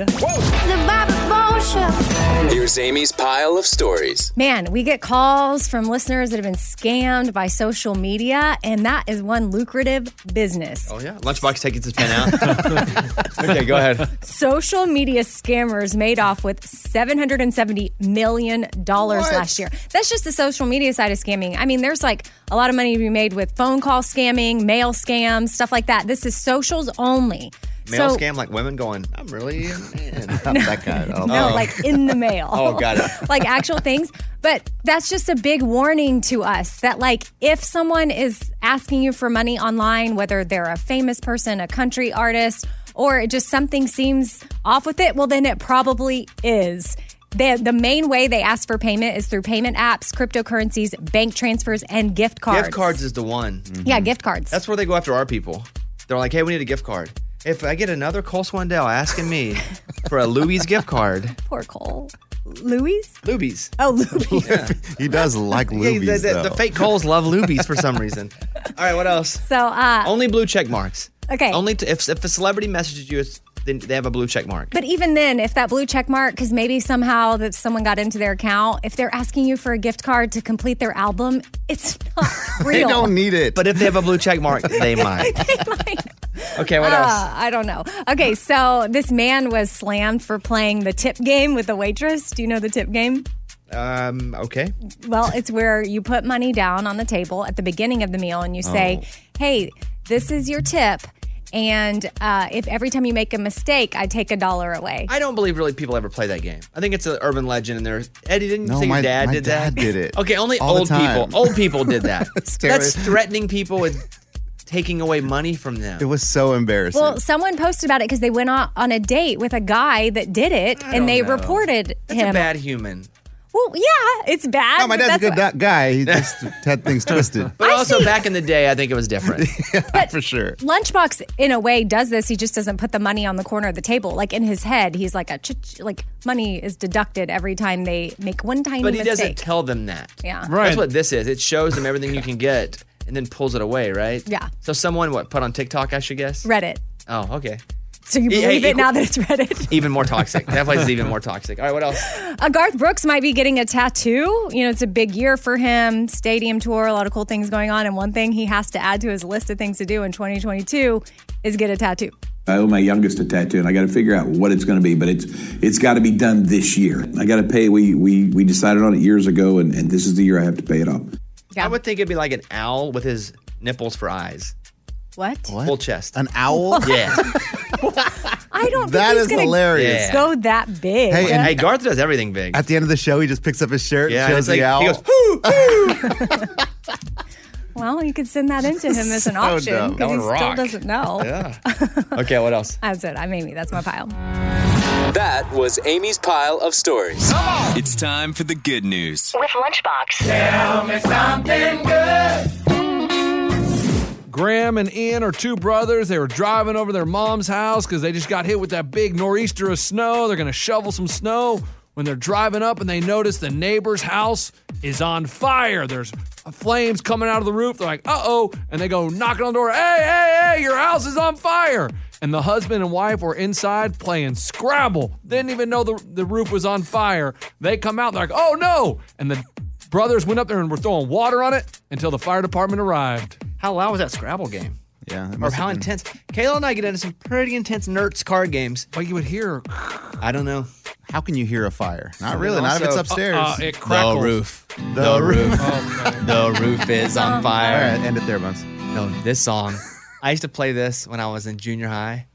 Here's Amy's pile of stories.
Man, we get calls from listeners that have been scammed by social media, and that is one lucrative business.
Oh, yeah. Lunchbox taking his pen out. okay, go ahead.
Social media scammers made off with $770 million last year. That's just the social media side of scamming. I mean, there's like a lot of money to be made with phone call scamming, mail scams, stuff like that. This is socials only.
Male
So-
scam like women going, I'm really a man.
that guy.
No, like in the mail.
Oh, got it.
like actual things. But that's just a big warning to us that, like, if someone is asking you for money online, whether they're a famous person, a country artist, or it just something seems off with it, well, then it probably is. The, the main way they ask for payment is through payment apps, cryptocurrencies, bank transfers, and gift cards.
Gift cards is the one.
Mm.
Yeah, gift cards.
That's where they go after our people. They're like, hey, we need a gift card. If I get another Cole Swindell asking me for a Louis gift card,
Poor Cole. Louis?
Lubies.
Oh, Louis.
he does like
Hey,
movies.
the, the- the
though.
fake Coles love Lubies for some reason. All right, what else?
So, uh,
Only blue check marks.
Okay.
Only t- if, if a celebrity messages you, it's then they have a blue check mark.
But even then, if that blue check mark, because maybe somehow that someone got into their account, if they're asking you for a gift card to complete their album, it's not real.
need it. But if they have a blue check mark, they might. Okay, what else?
Uh, I don't know. Okay, so this man was slammed for playing the tip game with the waitress. Do you know the tip game?
Um, okay.
Well, it's where you put money down on the table at the beginning of the meal and you say, hey, this is your tip. And uh, if every time you make a mistake, I take a dollar away.
I don't believe really people ever play that game. I think it's an urban legend, and there. Eddie, didn't you
No,
say your
my-
dad
my
did that?
dad did it.
Okay, only
All the
old people. Oh.
time.
Old people did that.
terrible.
That's threatening people with taking away money from them.
It was so embarrassing.
Well, someone posted about it because they went on, on a date with a guy that did it and they
know.
reported
That's
him.
a bad Oh, human.
well, yeah, it's bad.
no, Oh, my
but
dad's a
that's
good
what-
da- guy. He just had things twisted.
But also back in the day, I think it was different.
for sure.
Lunchbox, in a way, does this. He just doesn't put the money on the corner of the table. Like in his head, he's like a ch- like money is deducted every time they make one tiny
But he doesn't
mistake.
tell them that.
Yeah.
That's what this is. It shows them everything you can get and then pulls it away, right?
Yeah.
So someone what put on TikTok, I should guess.
Reddit.
Oh, okay.
So you
E- hey,
believe it
equal-
now that it's Reddit.
Even more toxic. That place is even more toxic. All right, what else?
Uh, Garth Brooks might be getting a tattoo. You know, it's a big year for him. Stadium tour, a lot of cool things going on. And one thing he has to add to his list of things to do in 2022 is get a tattoo.
I owe my youngest a tattoo, and I got to figure out what it's going to be. But it's it's got to be done this year. I got to pay. We we we decided on it years ago, and, and this is the year I have to pay it off.
I would think it'd be like an owl with his nipples for eyes.
What?
Full chest.
An owl?
yeah.
I don't
That
think
is
he's gonna
hilarious.
go that big.
Hey, and-
Hey, Garth does everything big.
At the end of the show, he just picks up his shirt,
Yeah,
and shows
it's like-
the owl.
he goes,
well, you could send that into him as an
So
option
dumb. That
because he
would
still
rock.
doesn't know.
Yeah. Okay, what else?
That's it. I maybe that's my pile.
That was Amy's pile of stories.
It's time for the good news.
With Lunchbox.
Tell me something good.
Graham and Ian are two brothers. They were driving over their mom's house because they just got hit with that big nor'easter of snow. They're going to shovel some snow. When they're driving up and they notice the neighbor's house is on fire, there's flames coming out of the roof. They're like, uh oh. And they go knocking on the door, hey, hey, hey, your house is on fire. And the husband and wife were inside playing Scrabble. Didn't even know the, the roof was on fire. They come out, they're like, oh no. And the brothers went up there and were throwing water on it until the fire department arrived.
How loud was that Scrabble game?
Yeah.
Or how intense. Kayla and I get into some pretty intense nerds card games.
But you would hear. uh,
I don't know.
How can you hear a fire? Not
And
really.
then
Not if it's
also-
upstairs.
Uh, uh, it crackles. The roof. The roof. the roof is on fire.
All right, end it there, Buns.
No, this song. I used to play this when I was in junior high.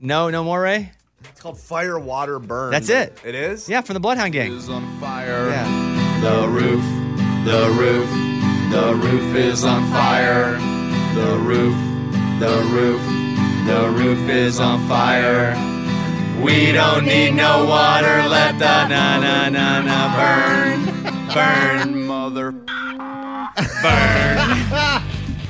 No, no more, Ray?
It's called Fire, Water, Burn.
That's it.
It is?
Yeah, from the Bloodhound Gang.
on fire.
Yeah.
The roof, the roof, the roof is on fire. The roof, the roof, the roof is on fire. We don't need no water, let the na na na na burn, burn, mother.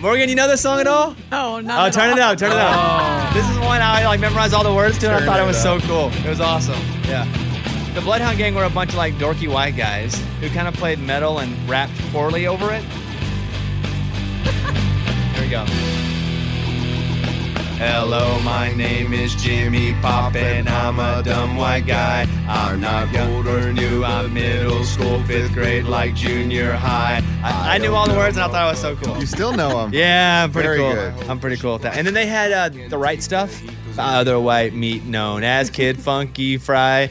Morgan, you know this song at all?
No,
Oh, turn it up, turn it up. This is one I like memorized all the words to, and I
Turn
thought it
it
was
up.
so cool. It was awesome. Yeah. The Bloodhound Gang were a bunch of like dorky white guys who kind of played metal and rapped poorly over it. Here we go.
Hello, my name is Jimmy Pop, and I'm a dumb white guy. I'm not old or new, I'm middle school, fifth grade, like junior high.
I, I knew all the words, and I thought it was so cool. You
still know them.
Yeah, I'm pretty
Very
cool.
good.
I'm pretty cool with that. And then they had uh, the right stuff, the other white meat known as Kid Funky Fry.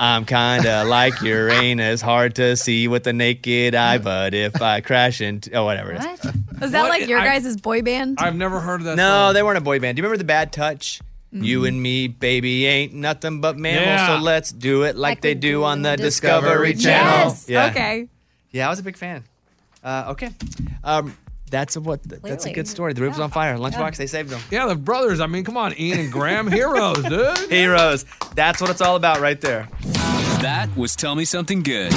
I'm kinda like Uranus, hard to see with the naked eye, but if I crash into oh whatever it is.
Was that
What?
like your
I-
guys' boy band?
I've never heard of that.
No, they weren't a boy band. Do you remember the Bad Touch? You and me, baby, ain't nothing but mammals.
Yeah.
So let's do it like they do on the Discovery, Channel. Yeah. Yeah, I was a big fan. Uh, okay. Um, that's a, what. That's a
Clearly.
good story. The roof was on fire. Lunchbox, they saved them.
Yeah, the brothers. I mean, come on, Ian and Graham, heroes, dude.
Heroes. That's what it's all about right there.
That was Tell Me Something Good.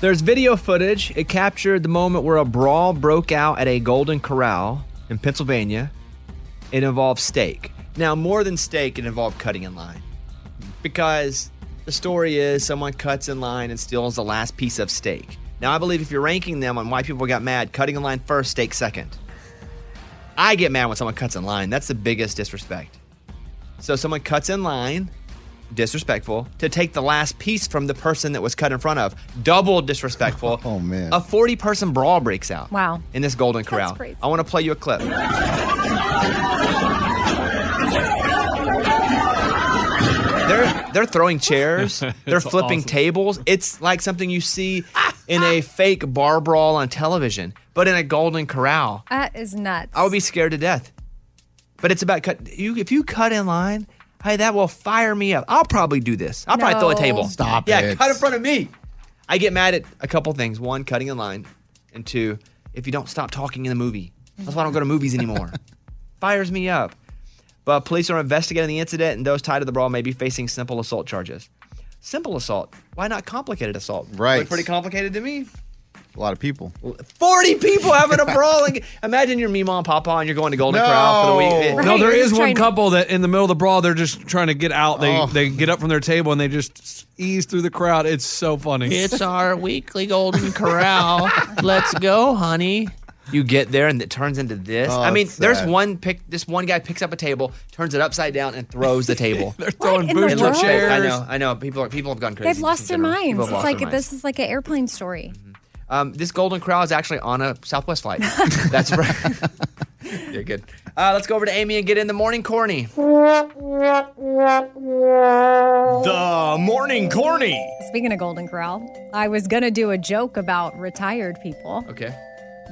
There's video footage. It captured the moment where a brawl broke out at a Golden Corral in Pennsylvania. It involved steak. Now, more than steak, it involved cutting in line. Because the story is someone cuts in line and steals the last piece of steak. Now, I believe if you're ranking them on why people got mad, cutting in line first, steak second. I get mad when someone cuts in line. That's the biggest disrespect. So someone cuts in line, disrespectful, to take the last piece from the person that was cut in front of. Double disrespectful. oh man. A 40 person brawl breaks out
Wow.
in this Golden Corral.
crazy.
I want to play you a clip. They're they're throwing chairs, they're
It's
flipping
awesome.
tables. It's like something you see in a fake bar brawl on television, but in a Golden Corral.
That is nuts.
I would be scared to death. But it's about cut. You if you cut in line, hey, that will fire me up. I'll probably do this. I'll probably throw a
No.
table.
Stop
yeah,
it.
cut in front of me. I get mad at a couple things. One, cutting in line, and two, if you don't stop talking in the movie. That's why I don't go to movies anymore. Fires me up. But police are investigating the incident, and those tied to the brawl may be facing simple assault charges. Simple assault. Why not complicated assault?
Right.
Looked pretty complicated to me.
A lot of people.
40 people having a brawl. And imagine your mom, papa, and you're going to Golden
No.
Corral for the weekend.
no, there is one couple that in the middle of the brawl, they're just trying to get out. They
Oh.
they get up from their table and they just ease through the crowd. It's so funny.
It's our weekly Golden Corral. Let's go, honey. You get there and it turns into this.
Oh,
I mean,
it's
there's
sad.
one pick. This one guy picks up a table, turns it upside down, and throws the table.
They're throwing
in the
booster
world?
chairs.
I know, I know. People are people have gone crazy.
They've lost their minds.
People
It's
have lost
like
their minds.
this is like an airplane story.
Um, this Golden Corral is actually on a Southwest flight. That's right. You're good. Uh, let's go over to Amy and get in the morning corny.
The
morning corny.
Speaking of Golden Corral, I was gonna do a joke about retired people,
Okay.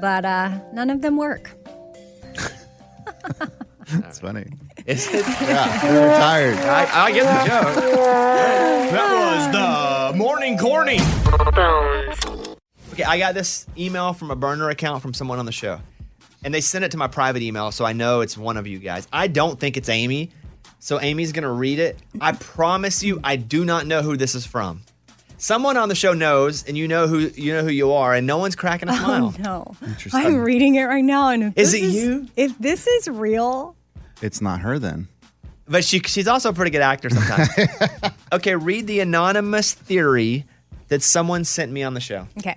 but uh, none of them work.
That's funny.
It's,
yeah, we're retired.
I, I get the joke.
That
was the morning corny. Okay, I got this email from a burner account from someone on the show, and they sent it to my private email, so I know it's one of you guys. I don't think it's Amy, so Amy's gonna read it. I promise you, I do not know who this is from. Someone on the show knows, and you know who you know who you are, and no one's cracking a smile.
Oh no! I'm reading it right now, and if
Is
this
it you?
If this is real,
It's not her then.
But she she's also a pretty good actor sometimes. okay, read the anonymous theory that someone sent me on the show.
okay.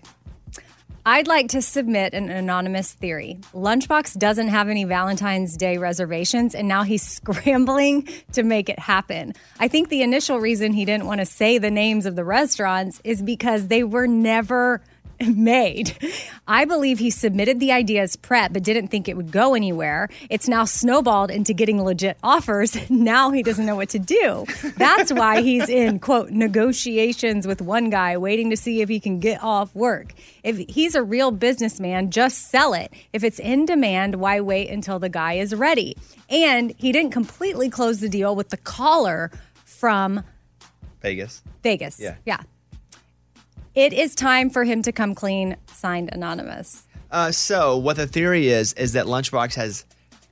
I'd like to submit an anonymous theory. Lunchbox doesn't have any Valentine's Day reservations, and now he's scrambling to make it happen. I think the initial reason he didn't want to say the names of the restaurants is because they were never made. I believe he submitted the idea as prep, but didn't think it would go anywhere. It's now snowballed into getting legit offers. Now he doesn't know what to do. That's why he's in, quote, negotiations with one guy, waiting to see if he can get off work. If he's a real businessman, just sell it. If it's in demand, why wait until the guy is ready? And he didn't completely close the deal with the caller from
Vegas.
Vegas.
Yeah.
Yeah. It is time for him to come clean, signed Anonymous.
Uh, so what the theory is is that Lunchbox has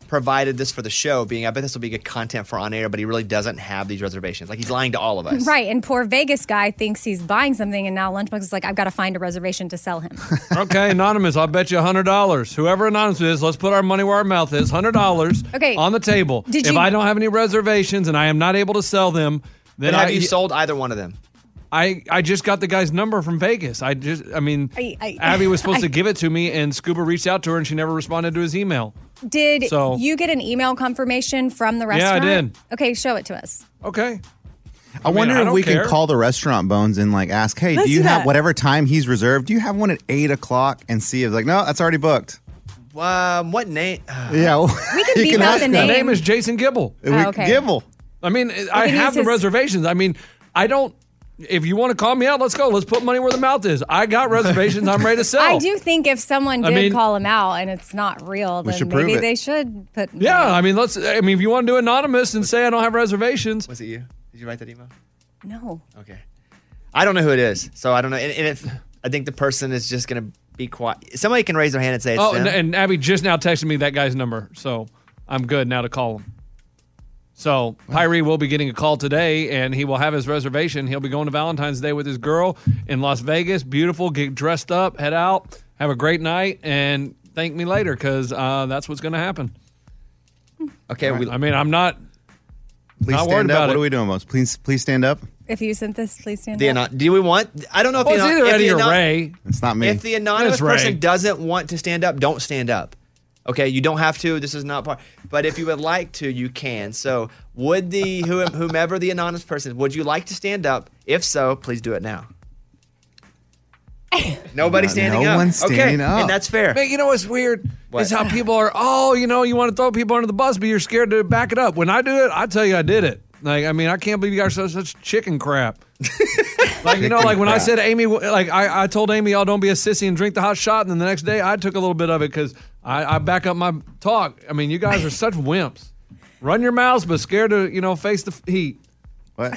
provided this for the show, being I bet this will be good content for on air, but he really doesn't have these reservations. Like he's lying to all of us.
Right. And poor Vegas guy thinks he's buying something, and now Lunchbox is like, I've got to find a reservation to sell him.
okay, anonymous. I'll bet you hundred dollars. Whoever anonymous is, let's put our money where our mouth is. Hundred dollars.
Okay.
On the table.
Did
if
you-
I don't have any reservations and I am not able to sell them, then
Then have
I,
you sold either one of them?
I I just got the guy's number from Vegas. I just I mean
I- I-
Abby was supposed
I-
to give it to me, and Scuba reached out to her, and she never responded to his email.
Did
So-
you get an email confirmation from the
I
restaurant?
did.
Okay, show it to us.
Okay.
I wonder
I
if
don't
we
care.
can call the restaurant bones and like ask, hey,
Let's
do you
do that.
have whatever time he's reserved? Do you have one at eight o'clock? And see if like, no, that's already booked.
Um, what name?
Yeah,
we
you
beep out
ask
the
them.
His name is Jason Gibble.
We- Oh, okay. Gibble.
I mean, I
could
have
use
the
his-
reservations. I mean, I don't. If you want to call me out, let's go. Let's put money where the mouth is. I got reservations. I'm ready to sell.
I do think if someone
Oh. I
did
mean-
call him out and it's not real,
We
then
should prove
maybe
it.
they should put.
Yeah, I mean, let's. I mean, if you want to do anonymous and say I don't have reservations,
was it you? Did you write that email?
No.
Okay. I don't know who it is, so I don't know. And, and if I think the person is just gonna be quiet, somebody can raise their hand and say it's
oh,
them.
and, and Abby just now texted me that guy's number, so I'm good now to call him. So Pyrie will be getting a call today, and he will have his reservation. He'll be going to Valentine's Day with his girl in Las Vegas. Beautiful, get dressed up, head out, have a great night, and thank me later because uh, that's what's going to happen.
Okay, we-
I mean, I'm not.
Please
Not worried
stand up.
about
What
it.
are we doing, most? Please, please stand up.
If you sent this, please stand
The
up.
anon- do we want? I don't know if
Well,
the
Oh, it's
anon-
either
if
Eddie
the
or
anon-
Ray.
It's not me.
If the anonymous
It's Ray.
person doesn't want to stand up, don't stand up. Okay, you don't have to. This is not part. But if you would like to, you can. So, would the who- whomever the anonymous person, is, would you like to stand up? If so, please do it now. Nobody
No-
standing
no
up.
one's
okay,
standing up.
and that's fair.
Man, you know what's weird
What?
is how people are. Oh, you know, you want to throw people under the bus, but you're scared to back it up. When I do it, I tell you I did it. Like, I mean, I can't believe you guys are such, such chicken crap. like, you know, like when I said Amy, like I, I told Amy, y'all don't be a sissy and drink the hot shot, and then the next day I took a little bit of it because I, I back up my talk. I mean, you guys are such wimps. Run your mouths, but scared to you know face the f- heat.
What?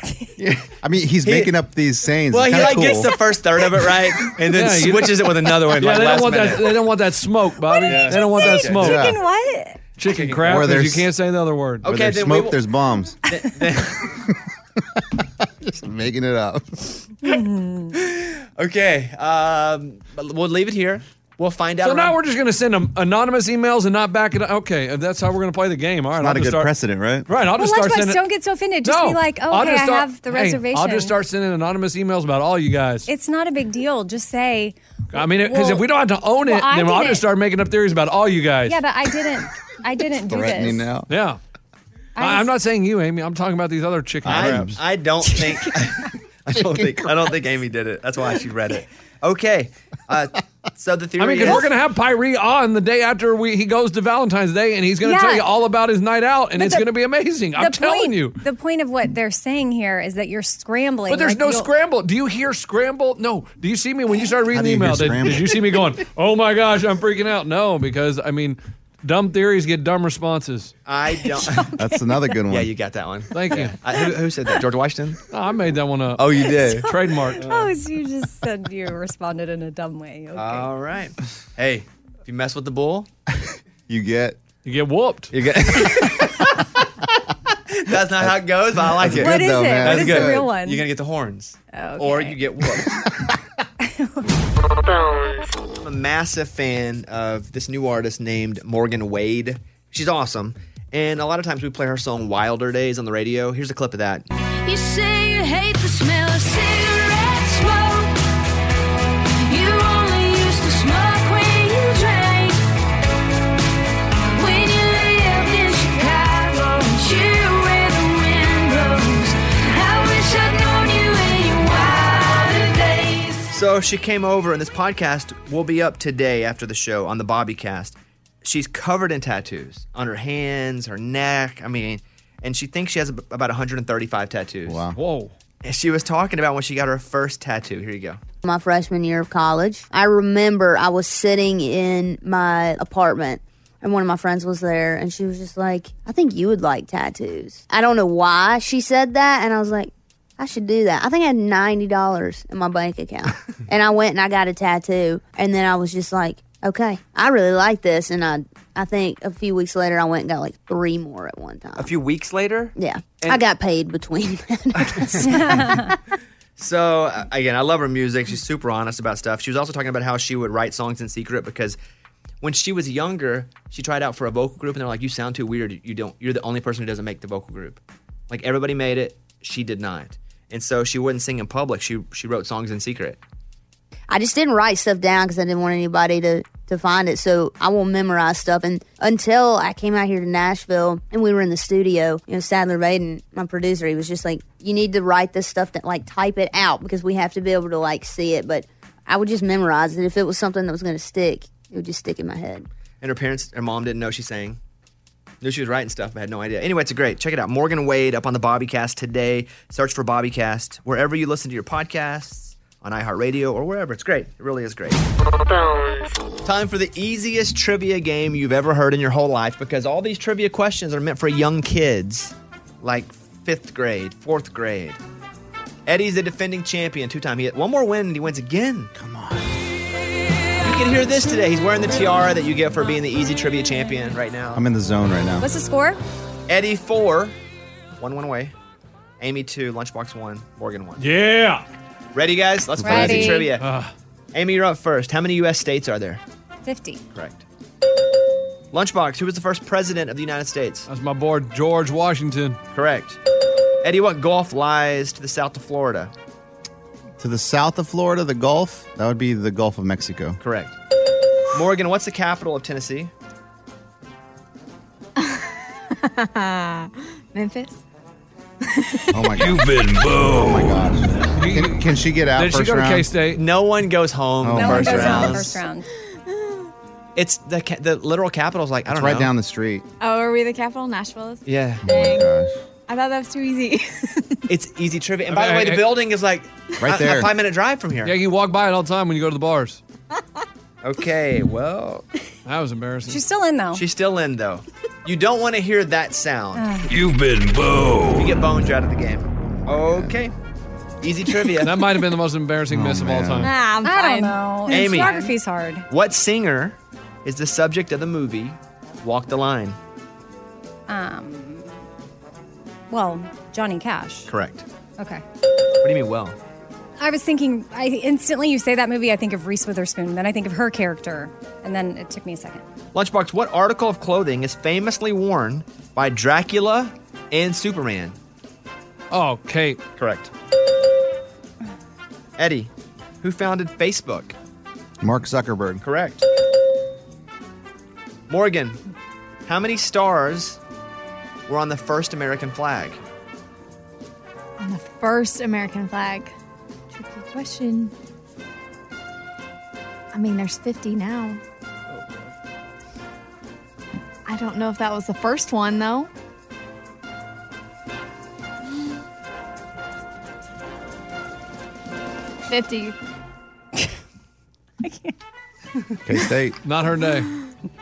I mean, he's making up these sayings.
Well,
It's
he,
kinda
like,
cool.
gets the
first third of it right, and then switches it with another one,
Yeah,
like,
they
last
don't want that.
minute.
They don't want that smoke, Bobby.
Yeah.
They don't want that
Say
smoke.
chicken
Yeah.
what?
Chicken crap.
Or
'cause you
there's-
can't say the other word.
Where there's smoke, there's bombs. Just making it up.
Okay, um, but we'll leave it here. We'll find out.
So now
around-
we're just going to send them anonymous emails and not back it up. Okay, if that's how we're going to play the game. All right,
Not
I'll
a
just
good
start,
precedent, right?
Right, I'll just
well,
start
Lunchbox,
sending.
don't get so offended. Just
no,
be like, oh,
I'll
okay,
just
I
start-
have the
hey,
reservation.
I'll just start sending anonymous emails about all you guys.
It's not a big deal. Just say.
I mean, because
well-
if we don't have to own it,
well, I
then I'll
didn't-
just start making up theories about all you guys.
Yeah, but I didn't. I didn't do this.
now.
Yeah. I, am not saying you, Amy. I'm talking about these other chicken
I,
crabs.
I don't think I don't think I don't think Amy did it. That's why she read it. Okay. Uh, so the theory
I mean,
is
because we're going to have Pyrie on the day after we, he goes to Valentine's Day, and he's going to
Yeah.
tell you all about his night out, and
But
it's
the-
going to be amazing.
the
I'm telling
point,
you.
The point of what they're saying here is that you're scrambling.
But there's
like
no
you'll-
scramble. Do you hear scramble? No. Do you see me when you started reading
do
the
you hear
email? Did,
scramble?
did you see me going, oh my gosh, I'm freaking out? No, because I mean, dumb theories get dumb responses.
I don't.
That's another good one.
Yeah, you got that one.
Thank you.
Uh, who, who said that? George Washington?
No, I made that one up.
Oh, you did.
Trademarked.
Oh, so you just said you responded in a dumb way. Okay.
Ah,
All right. Hey, if you mess with the bull,
you get
you get whooped.
You get
that's not how it goes, but I like
That's
it.
What good, is though, it? man. What
That's
is the
good.
real one? Oh,
You're gonna get the horns, or you get what? I'm a massive fan of this new artist named Morgan Wade. She's awesome, and a lot of times we play her song "Wilder Days" on the radio. Here's a clip of that.
You say you hate the smell of cigarette smoke. You only used to smoke when you drank. When you lived in Chicago, you were the windows. I wish I'd known you in your wilder days.
So she came over, and this podcast will be up today after the show on the Bobbycast. She's covered in tattoos on her hands, her neck. I mean, and she thinks she has ab- about 135 tattoos. Wow.
Whoa.
And she was talking about when she got her first tattoo. Here you go.
my freshman year of college. I remember I was sitting in my apartment and one of my friends was there and she was just like, I think you would like tattoos. I don't know why she said that. And I was like, I should do that. I think I had $90 in my bank account. and I went and I got a tattoo. And then I was just like, okay, I really like this. And I, I think a few weeks later, I went and got like three more at one time.
A few weeks later.
Yeah.
And-
I got paid between then. I guess.
So uh, again, I love her music. She's super honest about stuff. She was also talking about how she would write songs in secret because when she was younger, she tried out for a vocal group, and they're like, "You sound too weird. You don't. You're the only person who doesn't make the vocal group. Like everybody made it, she did not." And so she wouldn't sing in public. She she wrote songs in secret.
I just didn't write stuff down because I didn't want anybody to to find it. So I won't memorize stuff. And until I came out here to Nashville and we were in the studio, you know, Sadler Baden, my producer, he was just like, "You need to write this stuff that like type it out because we have to be able to like see it." But I would just memorize it. If it was something that was going to stick, it would just stick in my head.
And her parents, her mom didn't know she sang. Knew she was writing stuff, but had no idea. Anyway, it's great. Check it out. Morgan Wade up on the Bobbycast today. Search for Bobbycast wherever you listen to your podcasts on iHeartRadio or wherever. It's great. It really is great. Time for the easiest trivia game you've ever heard in your whole life because all these trivia questions are meant for young kids, like fifth grade, fourth grade. Eddie's the defending champion, two time. He had one more win and he wins again. Come on. You can hear this today. He's wearing the tiara that you get for being the easy trivia champion right now.
I'm in the zone right now.
What's the score?
Eddie four, one one away. Amy two, lunchbox one, Morgan one.
Yeah.
Ready, guys? Let's play
Ready.
easy trivia. Amy, you're up first. How many U.S. states are there?
50.
Correct. Lunchbox, who was the first president of the United States?
That's my boy, George Washington.
Correct. Eddie, what Gulf lies to the south of Florida?
To the south of Florida, the Gulf, that would be the Gulf of Mexico.
Correct. Morgan, what's the capital of Tennessee?
Memphis?
Oh my god. You've been booed. Oh my gosh. Can, can she get out
Did she
first
go to
round?
K-State?
No one goes home.
Oh,
no one
first
goes
round.
on the first round.
It's the ca- the literal capital's like I
It's
don't know.
right down the street. Oh
Oh, are we the capital? Nashville is?
Yeah.
Dang. I thought that was too easy.
It's easy trivia. And by
I-
the way, the
I-
building is like a-
Right there.
A five minute drive from here.
Yeah, you walk by it all the time when you go to the bars.
Okay, well.
That was embarrassing.
She's still in though.
She's still in though. You don't want to hear that sound.
You've been
You
booed.
get boned, you're out of the game. Okay. Easy trivia.
that might have been the most
Oh,
embarrassing miss of all time.
Nah, I'm I do not know.
Amy.
Geography's hard.
What singer is the subject of the movie Walk the Line?
Um, well, Johnny Cash.
Correct.
Okay.
What do you mean, well?
I was thinking, I instantly you say that movie, I think of Reese Witherspoon. Then I think of her character, and then it took me a second.
Lunchbox, what article of clothing is famously worn by Dracula and Superman?
Oh, Kate.
Correct. Eddie, who founded Facebook?
Mark Zuckerberg.
Correct. Morgan, how many stars were on the first American flag?
On the first American flag. Tricky question. I mean, there's 50 now. I don't know if that was the first one, though. Fifty.
K State.
Not her day.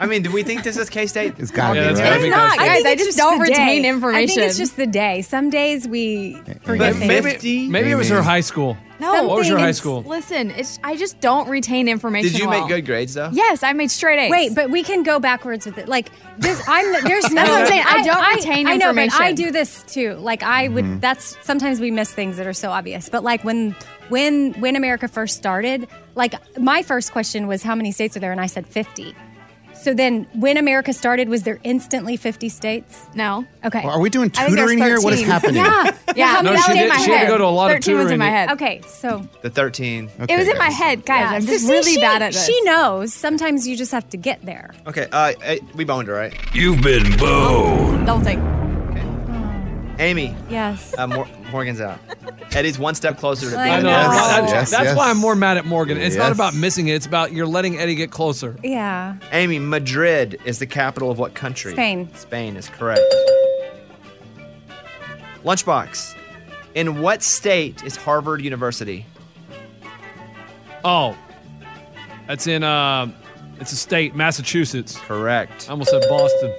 I mean, do we think this is K State?
It's gotta
Yeah,
be
that's
right.
gotta be K-State.
Guys,
think
I
it's
just don't
the
retain
day. I
information.
think it's just the day. Some days we forget
But
things.
maybe, maybe it was her high school.
No.
What was your high
It's-
school?
Listen, it's I just don't retain information.
Did you
well.
make good grades though?
Yes, I made straight A's.
Wait, but we can go backwards with it. Like this, I'm there's no.
That's what I'm saying. I don't retain
I know, but I
information.
do this too. Like I would.
Mm-hmm.
That's sometimes we miss things that are so obvious. But like when when when America first started, like my first question was how many states are there, and I said fifty. So then, when America started, was there instantly fifty states?
No.
Okay.
Well, are we doing
I think
tutoring
there's
here? What is
13.
happening?
yeah.
Yeah,
How
no,
many
Oh, she
states
did-
in my
she had to
head?
go to a lot of 13 was in tutoring. my head.
Okay, so
The 13.
it was in my head, guys.
yeah.
I'm
So
just
see,
really
she-
bad at this.
She knows. Sometimes you just have to get there.
Okay, uh, eh, we boned her, right?
You've been booed.
Double take.
Amy,
Yes.
uh, Mor- Morgan's out. Eddie's one step closer to being
I know.
the best.
That's,
Yes,
that's
yes.
why I'm more mad at Morgan. It's not
Yes.
about missing it. It's about you're letting Eddie get closer.
Yeah.
Amy, Madrid is the capital of what country?
Spain.
Spain is correct. Lunchbox, in what state is Harvard University?
Oh, that's in uh, it's a state, Massachusetts.
Correct.
I almost said Boston.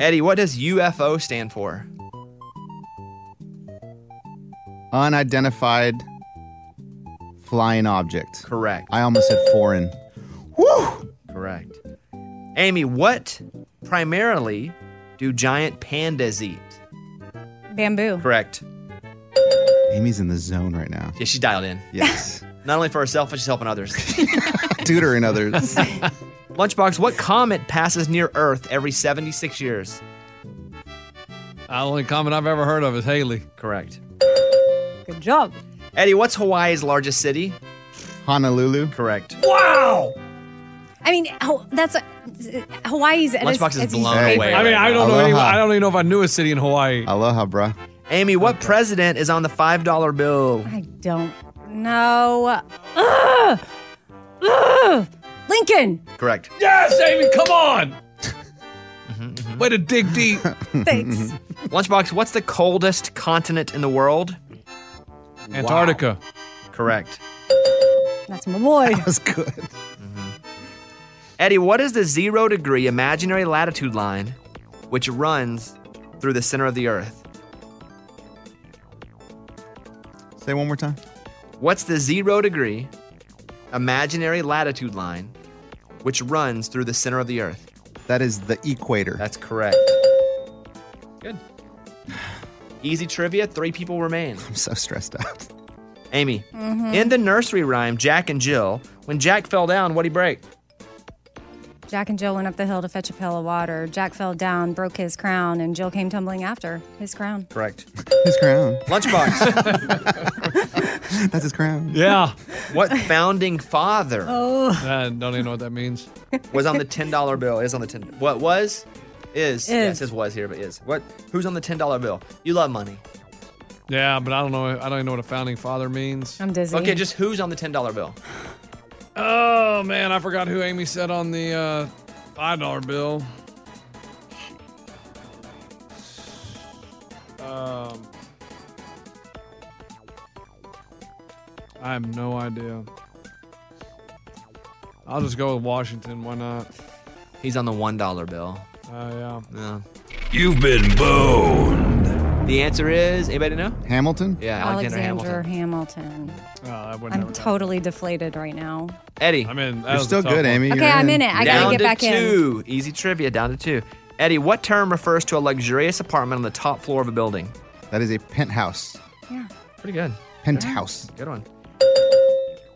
Eddie, what does UFO stand for?
Unidentified flying object.
Correct.
I almost said foreign.
Correct. Amy, what primarily do giant pandas eat?
Uh,
Bamboo.
Correct.
Amy's in the zone right now.
Yeah, she dialed in.
Yes.
Not only for herself, but she's helping others.
Tutoring others.
Lunchbox, what comet passes near Earth every 76 years?
The only comment I've ever heard of is Haley.
Correct.
Good job.
Eddie, what's Hawaii's largest city?
Honolulu.
Correct.
Wow.
I mean, ho- that's Hawaii's. at its-
Lunchbox is
its
blown
favorite.
away.
I mean, I don't know.
Aloha.
Any, I don't even know if I knew a city in Hawaii.
Aloha, bruh.
Amy, what president is on the $5 bill?
I don't know. Ugh! Ugh! Lincoln.
Correct.
Yes, Amy, come on. Way to dig deep.
Thanks.
Lunchbox, what's the coldest continent in the world?
Antarctica.
Correct.
that's my boy.
That's good.
Eddie, what is the zero degree imaginary latitude line which runs through the center of the Earth?
Say one more time.
What's the zero degree imaginary latitude line which runs through the center of the Earth?
That is the equator.
That's correct. Good. Easy trivia, three people remain.
I'm so stressed out.
Amy,
Mm-hmm.
in the nursery rhyme Jack and Jill, when Jack fell down, what'd he break?
Jack and Jill went up the hill to fetch a pail of water. Jack fell down, broke his crown, and Jill came tumbling after his crown.
Correct.
His crown.
Lunchbox,
That's his crown.
Yeah.
what founding father
Oh.
I don't even know what that means.
was on the $10 bill? Is on the 10 What was? Is. Yeah, it says was here, but is. What? Who's on the ten dollar bill? You love money.
Yeah, but I don't know. I don't even know what a founding father means.
I'm dizzy.
Okay, just who's on the ten dollar bill?
Oh man, I forgot who Amy said on the uh, five dollar bill. Um, I have no idea. I'll just go with Washington. Why not?
He's on the one dollar bill.
Oh yeah.
Yeah.
You've been boned.
The answer is anybody know?
Hamilton?
Yeah, Alexander,
Alexander
Hamilton.
Hamilton.
Oh, I wouldn't
I'm totally deflated right now.
Eddie.
I'm in.
You're
was still a tough good, one. Amy.
Okay, You're I'm in. in it. I gotta
down
get
to
back in.
two. Easy trivia. Down to two. Eddie, what term refers to a luxurious apartment on the top floor of a building?
That is a penthouse.
Yeah.
Pretty good.
Penthouse.
Good one.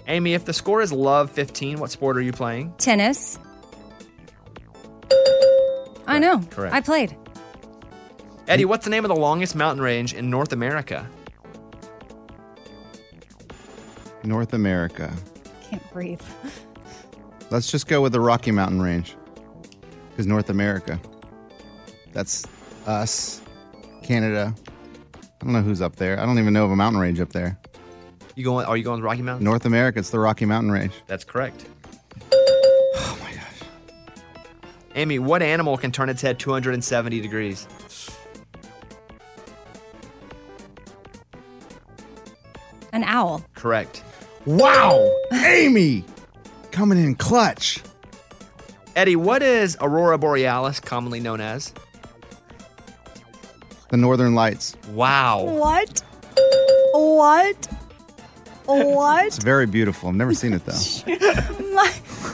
Amy, if the score is love 15, what sport are you playing?
Tennis. I know.
correct.
I played.
Eddie, what's the name of the longest mountain range in North America?
North America.
Can't breathe.
Let's just go with the Rocky Mountain Range. Because North America. That's us, Canada. I don't know who's up there. I don't even know of a mountain range up there.
You going? Are you going to Rocky Mountain?
North America, it's the Rocky Mountain Range.
That's correct. Oh my Oh gosh. Amy, what animal can turn its head 270 degrees?
An owl.
Correct.
Wow! Amy! Coming in clutch.
Eddie, what is Aurora Borealis commonly known as?
The Northern Lights.
Wow.
What? What?
It's
What?
very beautiful. I've never seen it though.
My,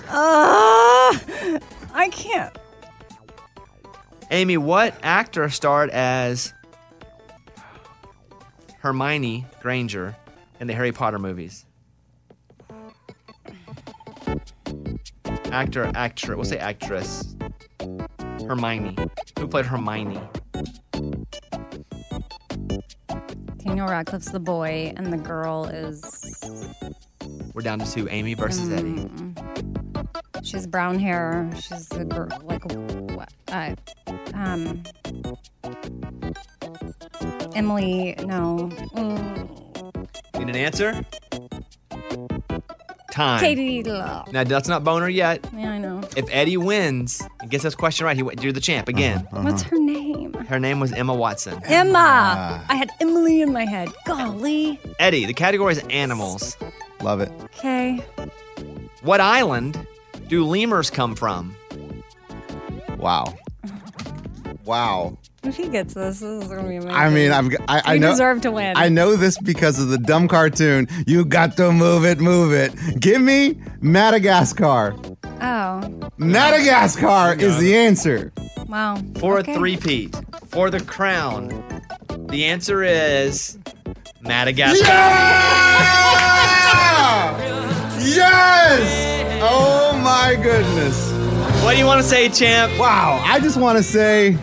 uh, I can't.
Amy, what actor starred as Hermione Granger in the Harry Potter movies? Actor, actress. We'll say actress. Hermione. Who played Hermione?
Daniel Radcliffe's the boy, and the girl is.
We're down to two. Amy versus Eddie.
She has brown hair. She's a girl. Like, what? Uh, um. Emily, no. Mm,
Need an answer? Time.
Katie Love.
Now that's not boner yet.
Yeah, I know.
If Eddie wins and gets this question right, he w- you're the champ again.
Uh-huh.
What's her name?
Her name was Emma Watson.
Emma. I had Emily in my head. Golly.
Eddie, the category is animals.
Love it.
Okay.
What island do lemurs come from?
Wow. Wow.
If he gets this, this is gonna be amazing.
I mean, I'm, g- I, I
You
know.
deserve to win.
I know this because of the dumb cartoon. You got to move it, move it. Give me Madagascar.
Oh,
Madagascar is the answer.
wow.
For
Okay.
a three-peat, for the crown, the answer is Madagascar.
Yes! Oh my goodness.
What do you want to say, champ?
Wow, I just want to say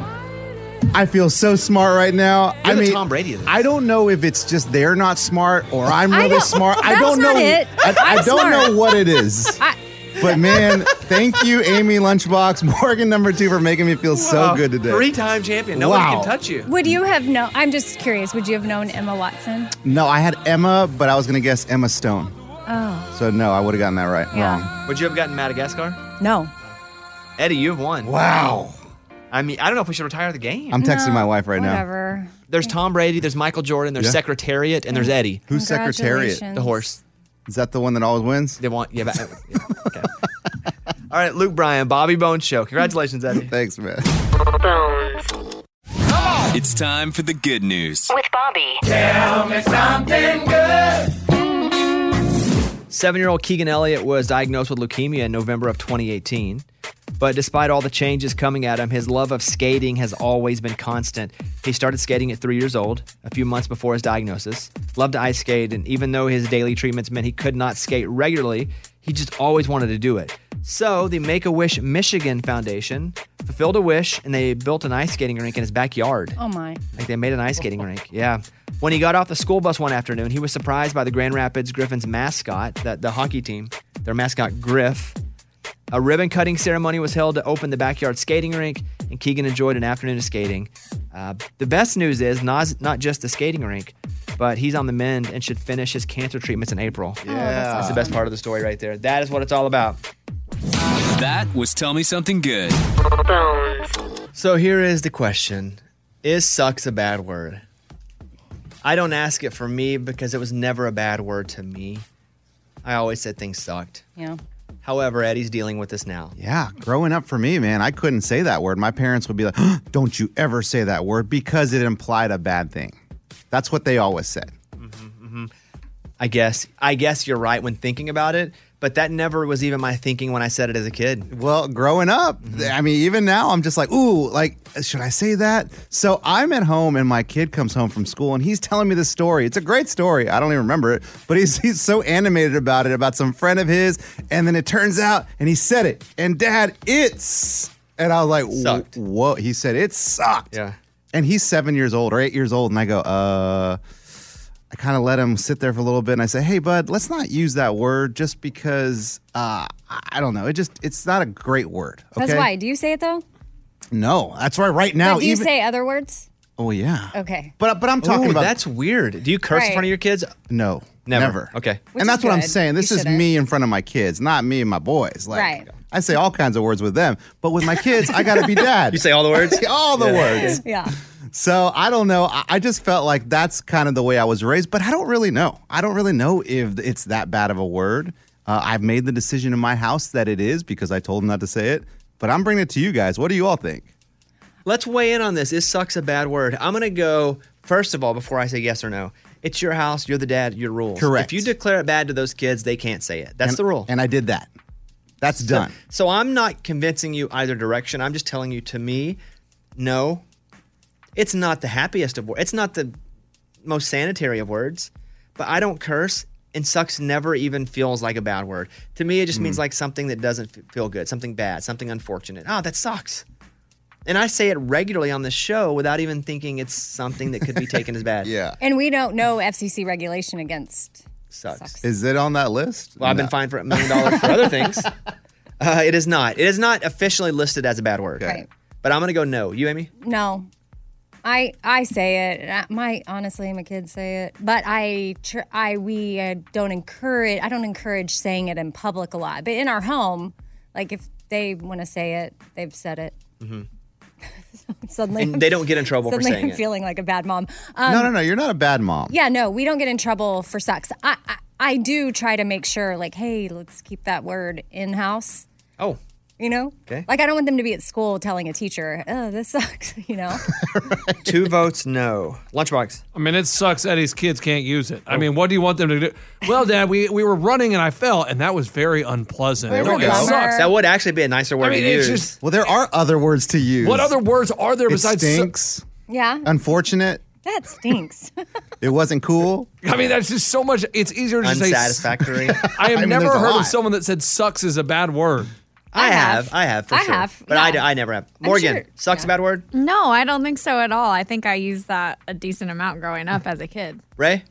I feel so smart right now. I
You're the
mean,
Tom Brady of this.
I don't know if it's just they're not smart or I'm
I
really
don't-
smart. I
that's
don't know.
not it.
I, I
I'm
don't
smart.
know what it is.
I-
But man, thank you, Amy Lunchbox, Morgan number two, for making me feel so
Wow.
good today.
Three-time champion. No one
Wow.
can touch you.
Would you have known? I'm just curious. Would you have known Emma Watson?
No, I had Emma, but I was gonna guess Emma Stone.
Oh,
So no, I would have gotten that right. Wrong.
Would you have gotten Madagascar?
no.
Eddie, you've won.
Wow.
I mean, I don't know if we should retire the game.
I'm texting
No,
my wife right now.
Whatever.
There's Tom Brady, there's Michael Jordan, there's
Yeah.
Secretariat, and there's Eddie.
Who's Secretariat?
Congratulations.
The horse.
Is that the one that always wins?
They want yeah. But, yeah, okay. All right, Luke Bryan, Bobby Bones Show. Congratulations, Eddie.
Thanks, man.
It's time for the good news.
With Bobby.
Tell me something good.
Seven-year-old Keegan Elliott was diagnosed with leukemia in November of 2018. But despite all the changes coming at him, his love of skating has always been constant. He started skating at three years old, a few months before his diagnosis. Loved to ice skate, and even though his daily treatments meant he could not skate regularly, he just always wanted to do it. So the Make a Wish Michigan Foundation fulfilled a wish, and they built an ice skating rink in his backyard.
Oh my.
Like they made an ice skating rink. Yeah. When he got off the school bus one afternoon, he was surprised by the Grand Rapids Griffins mascot, that the hockey team, their mascot Griff. A ribbon cutting ceremony was held to open the backyard skating rink, and Keegan enjoyed an afternoon of skating. Uh, the best news is not, not just the skating rink, but he's on the mend and should finish his cancer treatments in April. Yeah, that's, the best part of the story right there. That is what it's all about.
That was Tell Me Something Good.
So here is the question Is sucks a bad word? I don't ask it for me because it was never a bad word to me. I always said things sucked.
Yeah.
However, Eddie's dealing with this now.
Yeah, growing up for me, man, I couldn't say that word. My parents would be like, "Don't you ever say that word because it implied a bad thing." That's what they always said.
I guess I guess you're right when thinking about it, but that never was even my thinking when I said it as a kid.
Well, growing up, th- I mean, even now, I'm just like, ooh, like, should I say that? So I'm at home and my kid comes home from school and he's telling me this story. It's a great story. I don't even remember it, but he's, he's so animated about it, about some friend of his. And then it turns out, and he said it, and dad, it's. And I was like, wh- whoa. He said, it sucked. Yeah. And he's seven years old or eight years old. And I go, uh, I kind of let him sit there for a little bit and I say, hey, bud, let's not use that word just because, uh, I I don't know. It just, it's not a great word. Okay?
That's why. Do you say it though?
No, that's why right now,
But do you
even.
say other words?
oh, yeah.
Okay.
But, but I'm talking
Ooh,
about.
that's weird. Do you curse in
Right.
front of your kids?
No.
Never.
Never.
Okay.
Which
and that's
is
what I'm
good.
saying. This
You
is
shouldn't.
me in front of my kids, not me and my boys. Like,
right.
I say all kinds of words with them, but with my kids, I got to be dad.
You say all the words?
all the
Yeah.
words.
yeah.
So I don't know. I, I just felt like that's kind of the way I was raised, but I don't really know. I don't really know if it's that bad of a word. Uh, I've made the decision in my house that it is because I told them not to say it. But I'm bringing it to you guys. What do you all think?
Let's weigh in on this. Is sucks a bad word? I'm going to go, first of all, before I say yes or no, it's your house, you're the dad, your rules.
Correct.
If you declare it bad to those kids, they can't say it. That's
And-
the rule.
And I did that. That's done.
So I'm not convincing you either direction. I'm just telling you to me, no, it's not the happiest of words. It's not the most sanitary of words, but I don't curse and sucks never even feels like a bad word. To me, it just
Hmm.
means like something that doesn't f- feel good, something bad, something unfortunate. Oh, that sucks. And I say it regularly on this show without even thinking it's something that could be taken as bad.
Yeah.
And we don't know FCC regulation against.
Sucks.
Is it on that list?
Well, I've been fined for a million dollars for other things. Uh, it is not. It is not officially listed as a bad word.
Right.
But I'm going to go no. You, Amy?
No. I I say it. and I- My honestly, my kids say it, but I tr- I we uh, don't encourage. I don't encourage saying it in public a lot. But in our home, like if they want to say it, they've said it.
Mm-hmm.
Suddenly,
And they don't get in trouble for
suddenly
saying
I'm
it.
feeling like a bad mom. Uh,
no,
um,
no, no. You're not a bad mom.
Yeah, no, we don't get in trouble for sex. I, I I do try to make sure, like, hey, let's keep that word in house.
Oh.
You know,
Okay.
like I don't want them to be at school telling a teacher, "Oh, this sucks." You know,
Two votes no. Lunchbox.
I mean, it sucks Eddie's kids can't use it. I mean, what do you want them to do? Well, Dad, we, we were running and I fell, and that was very unpleasant.
There we go.
Sucks.
That would actually be a nicer word
I mean,
to
it's
use.
just-
Well, there are other words to use.
What other words are there
It
besides suck?
stinks.
yeah,
Unfortunate.
that stinks.
It wasn't cool.
I mean, that's just so much. It's easier to just say.
Unsatisfactory.
I have
I mean,
never
there's a
heard
lot.
of someone that said sucks is a bad word.
I have. I have for
I
sure.
have,
But I,
yeah.
d- I never have.
I'm
Morgan,
sure-
sucks a bad word?
No, I don't think so at all. I think I used that a decent amount growing up as a kid.
Ray?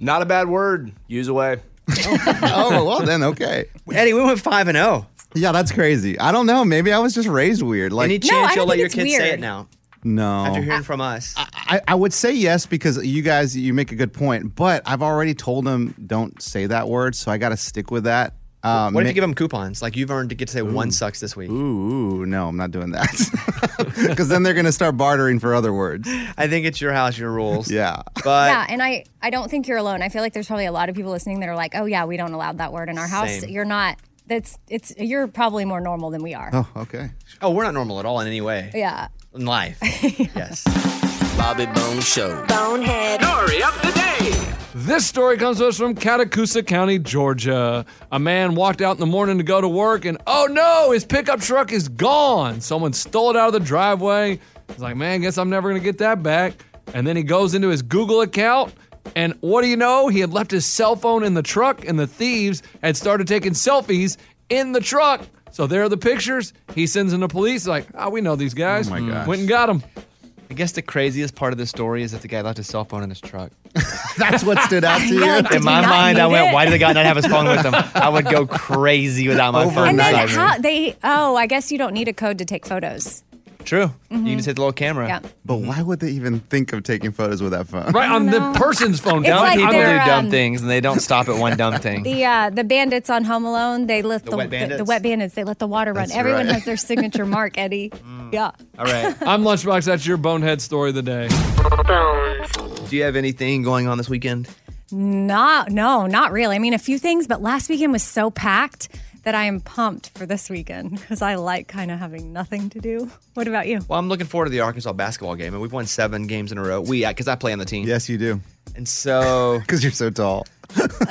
Not a bad word. Use away.
oh, well, then, okay.
Eddie, we went 5 and oh. 0.
Yeah, that's crazy. I don't know. Maybe I was just raised weird. Like,
Any chance you'll let your kids say it now?
Oh.
No.
After hearing from us.
I, I would say yes because you guys, you make a good point, but I've already told them don't say that word, so I got to stick with that. Um,
what if you
ma-
give them coupons? Like you've earned to get to say one sucks this week.
Ooh, ooh, no, I'm not doing that. Because then they're going to start bartering for other words.
I think it's your house, your rules.
yeah.
But
yeah, and I I don't think you're alone. I feel like there's probably a lot of people listening that are like, "Oh yeah, we don't allow that word in our house."
Same.
You're not. That's it's. You're probably more normal than we are.
Oh, okay.
Oh, we're not normal at all in any way.
Yeah.
In life. yes.
Bobby Bone Show.
Bonehead. Story of the day.
This story comes to us from Catacoosa County, Georgia. A man walked out in the morning to go to work, and oh no, his pickup truck is gone. Someone stole it out of the driveway. He's like, man, guess I'm never gonna get that back. And then he goes into his Google account, and what do you know? He had left his cell phone in the truck, and the thieves had started taking selfies in the truck. So there are the pictures. He sends in the police, like, oh, we know these guys.
Oh my gosh.
Went and got him.
I guess the craziest part of the story is that the guy left his cell phone in his truck.
That's what stood out to you.
In my mind, I went, why did the guy not have his phone with him? I would go crazy without my phone.
And then
beside me.
how they? Oh, I guess you don't need a code to take photos.
True. You
Mhm.
can just hit the little camera.
Yeah.
But why would they even think of taking photos with that phone?
Right, I
on the know. person's phone. It's
Dumb
like
people
they're,
do dumb
um,
things and they don't stop at one dumb thing.
The uh, the bandits on Home Alone, they let
The
the, the-
wet
the
bandits?
wet bandits. They let the water run.
That's
Everyone
right. Mm.
has their signature mark, Eddie. Yeah.
All right.
I'm Lunchbox. That's your bonehead story of the day.
Do you have anything going on this weekend?
Not no, not really. I mean, a few things, but last weekend was so packed that I am pumped for this weekend because I like kind of having nothing to do. What about you?
Well, I'm looking forward to the Arkansas basketball game, and we've won seven games in a row. We, because I play on the team.
Yes, you do.
And so,
because you're so tall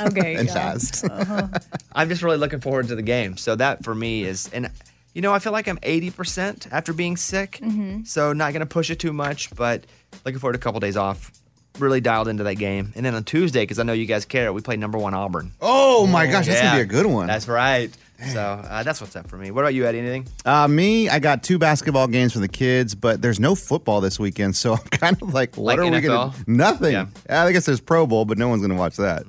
Okay.
and fast.
I'm just really looking forward to the game. So that for me is, and you know, I feel like I'm 80% after being sick.
Mhm.
So not going to push it too much, but looking forward to a couple days off. Really dialed into that game. And then on Tuesday, because I know you guys care, we play number one Auburn.
Oh my gosh, that's gonna be a good one.
That's right. So uh, that's what's up for me. What about you, Eddie? Anything?
Uh, me, I got two basketball games for the kids, but there's no football this weekend, so I'm kind of like, what
Like
are we
NFL?
gonna? Nothing. I guess there's Pro Bowl, but no one's gonna watch that.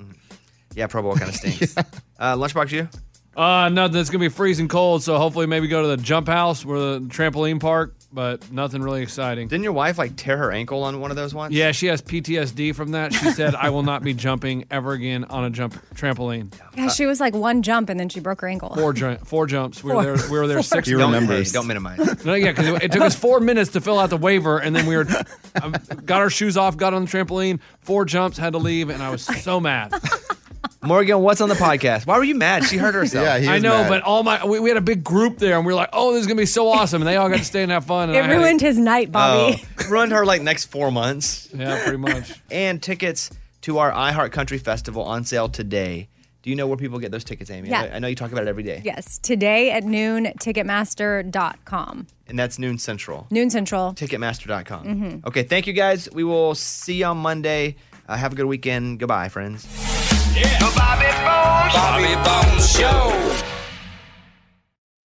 Yeah, Pro Bowl kind of stinks. uh, lunchbox, you?
Uh, nothing. It's gonna be freezing cold, so hopefully maybe go to the jump house or the trampoline park, but nothing really exciting.
Didn't your wife like tear her ankle on one of those ones?
Yeah, she has PTSD from that. She said, "I will not be jumping ever again on a jump trampoline."
Yeah, she was like one jump and then she broke her ankle.
Four, ju- four jumps. We were
Four.
there. We were there
Four.
six.
He
times.
remembers. Hey, don't minimize.
No, yeah, because it took us four minutes to fill out the waiver, and then we were um, got our shoes off, got on the trampoline, four jumps, had to leave, and I was so mad.
Morgan, what's on the podcast? Why were you mad? She hurt herself.
I know, but all my we, we had a big group there, and we were like, "Oh, this is gonna be so awesome!" And they all got to stay and have fun. And
It
I had a-
ruined his night, Bobby.
Oh, ruined her like next four months.
Yeah, pretty much.
and tickets to our iHeart Country Festival on sale today. Do you know where people get those tickets, Amy?
Yeah.
I I know you talk about it every day.
Yes, today at noon, Ticketmaster.com,
And that's noon central.
noon central.
Ticketmaster.com.
Mhm.
Okay, thank you guys. We will see you on Monday. Uh, have a good weekend. Goodbye, friends.
Bobby Bones Show.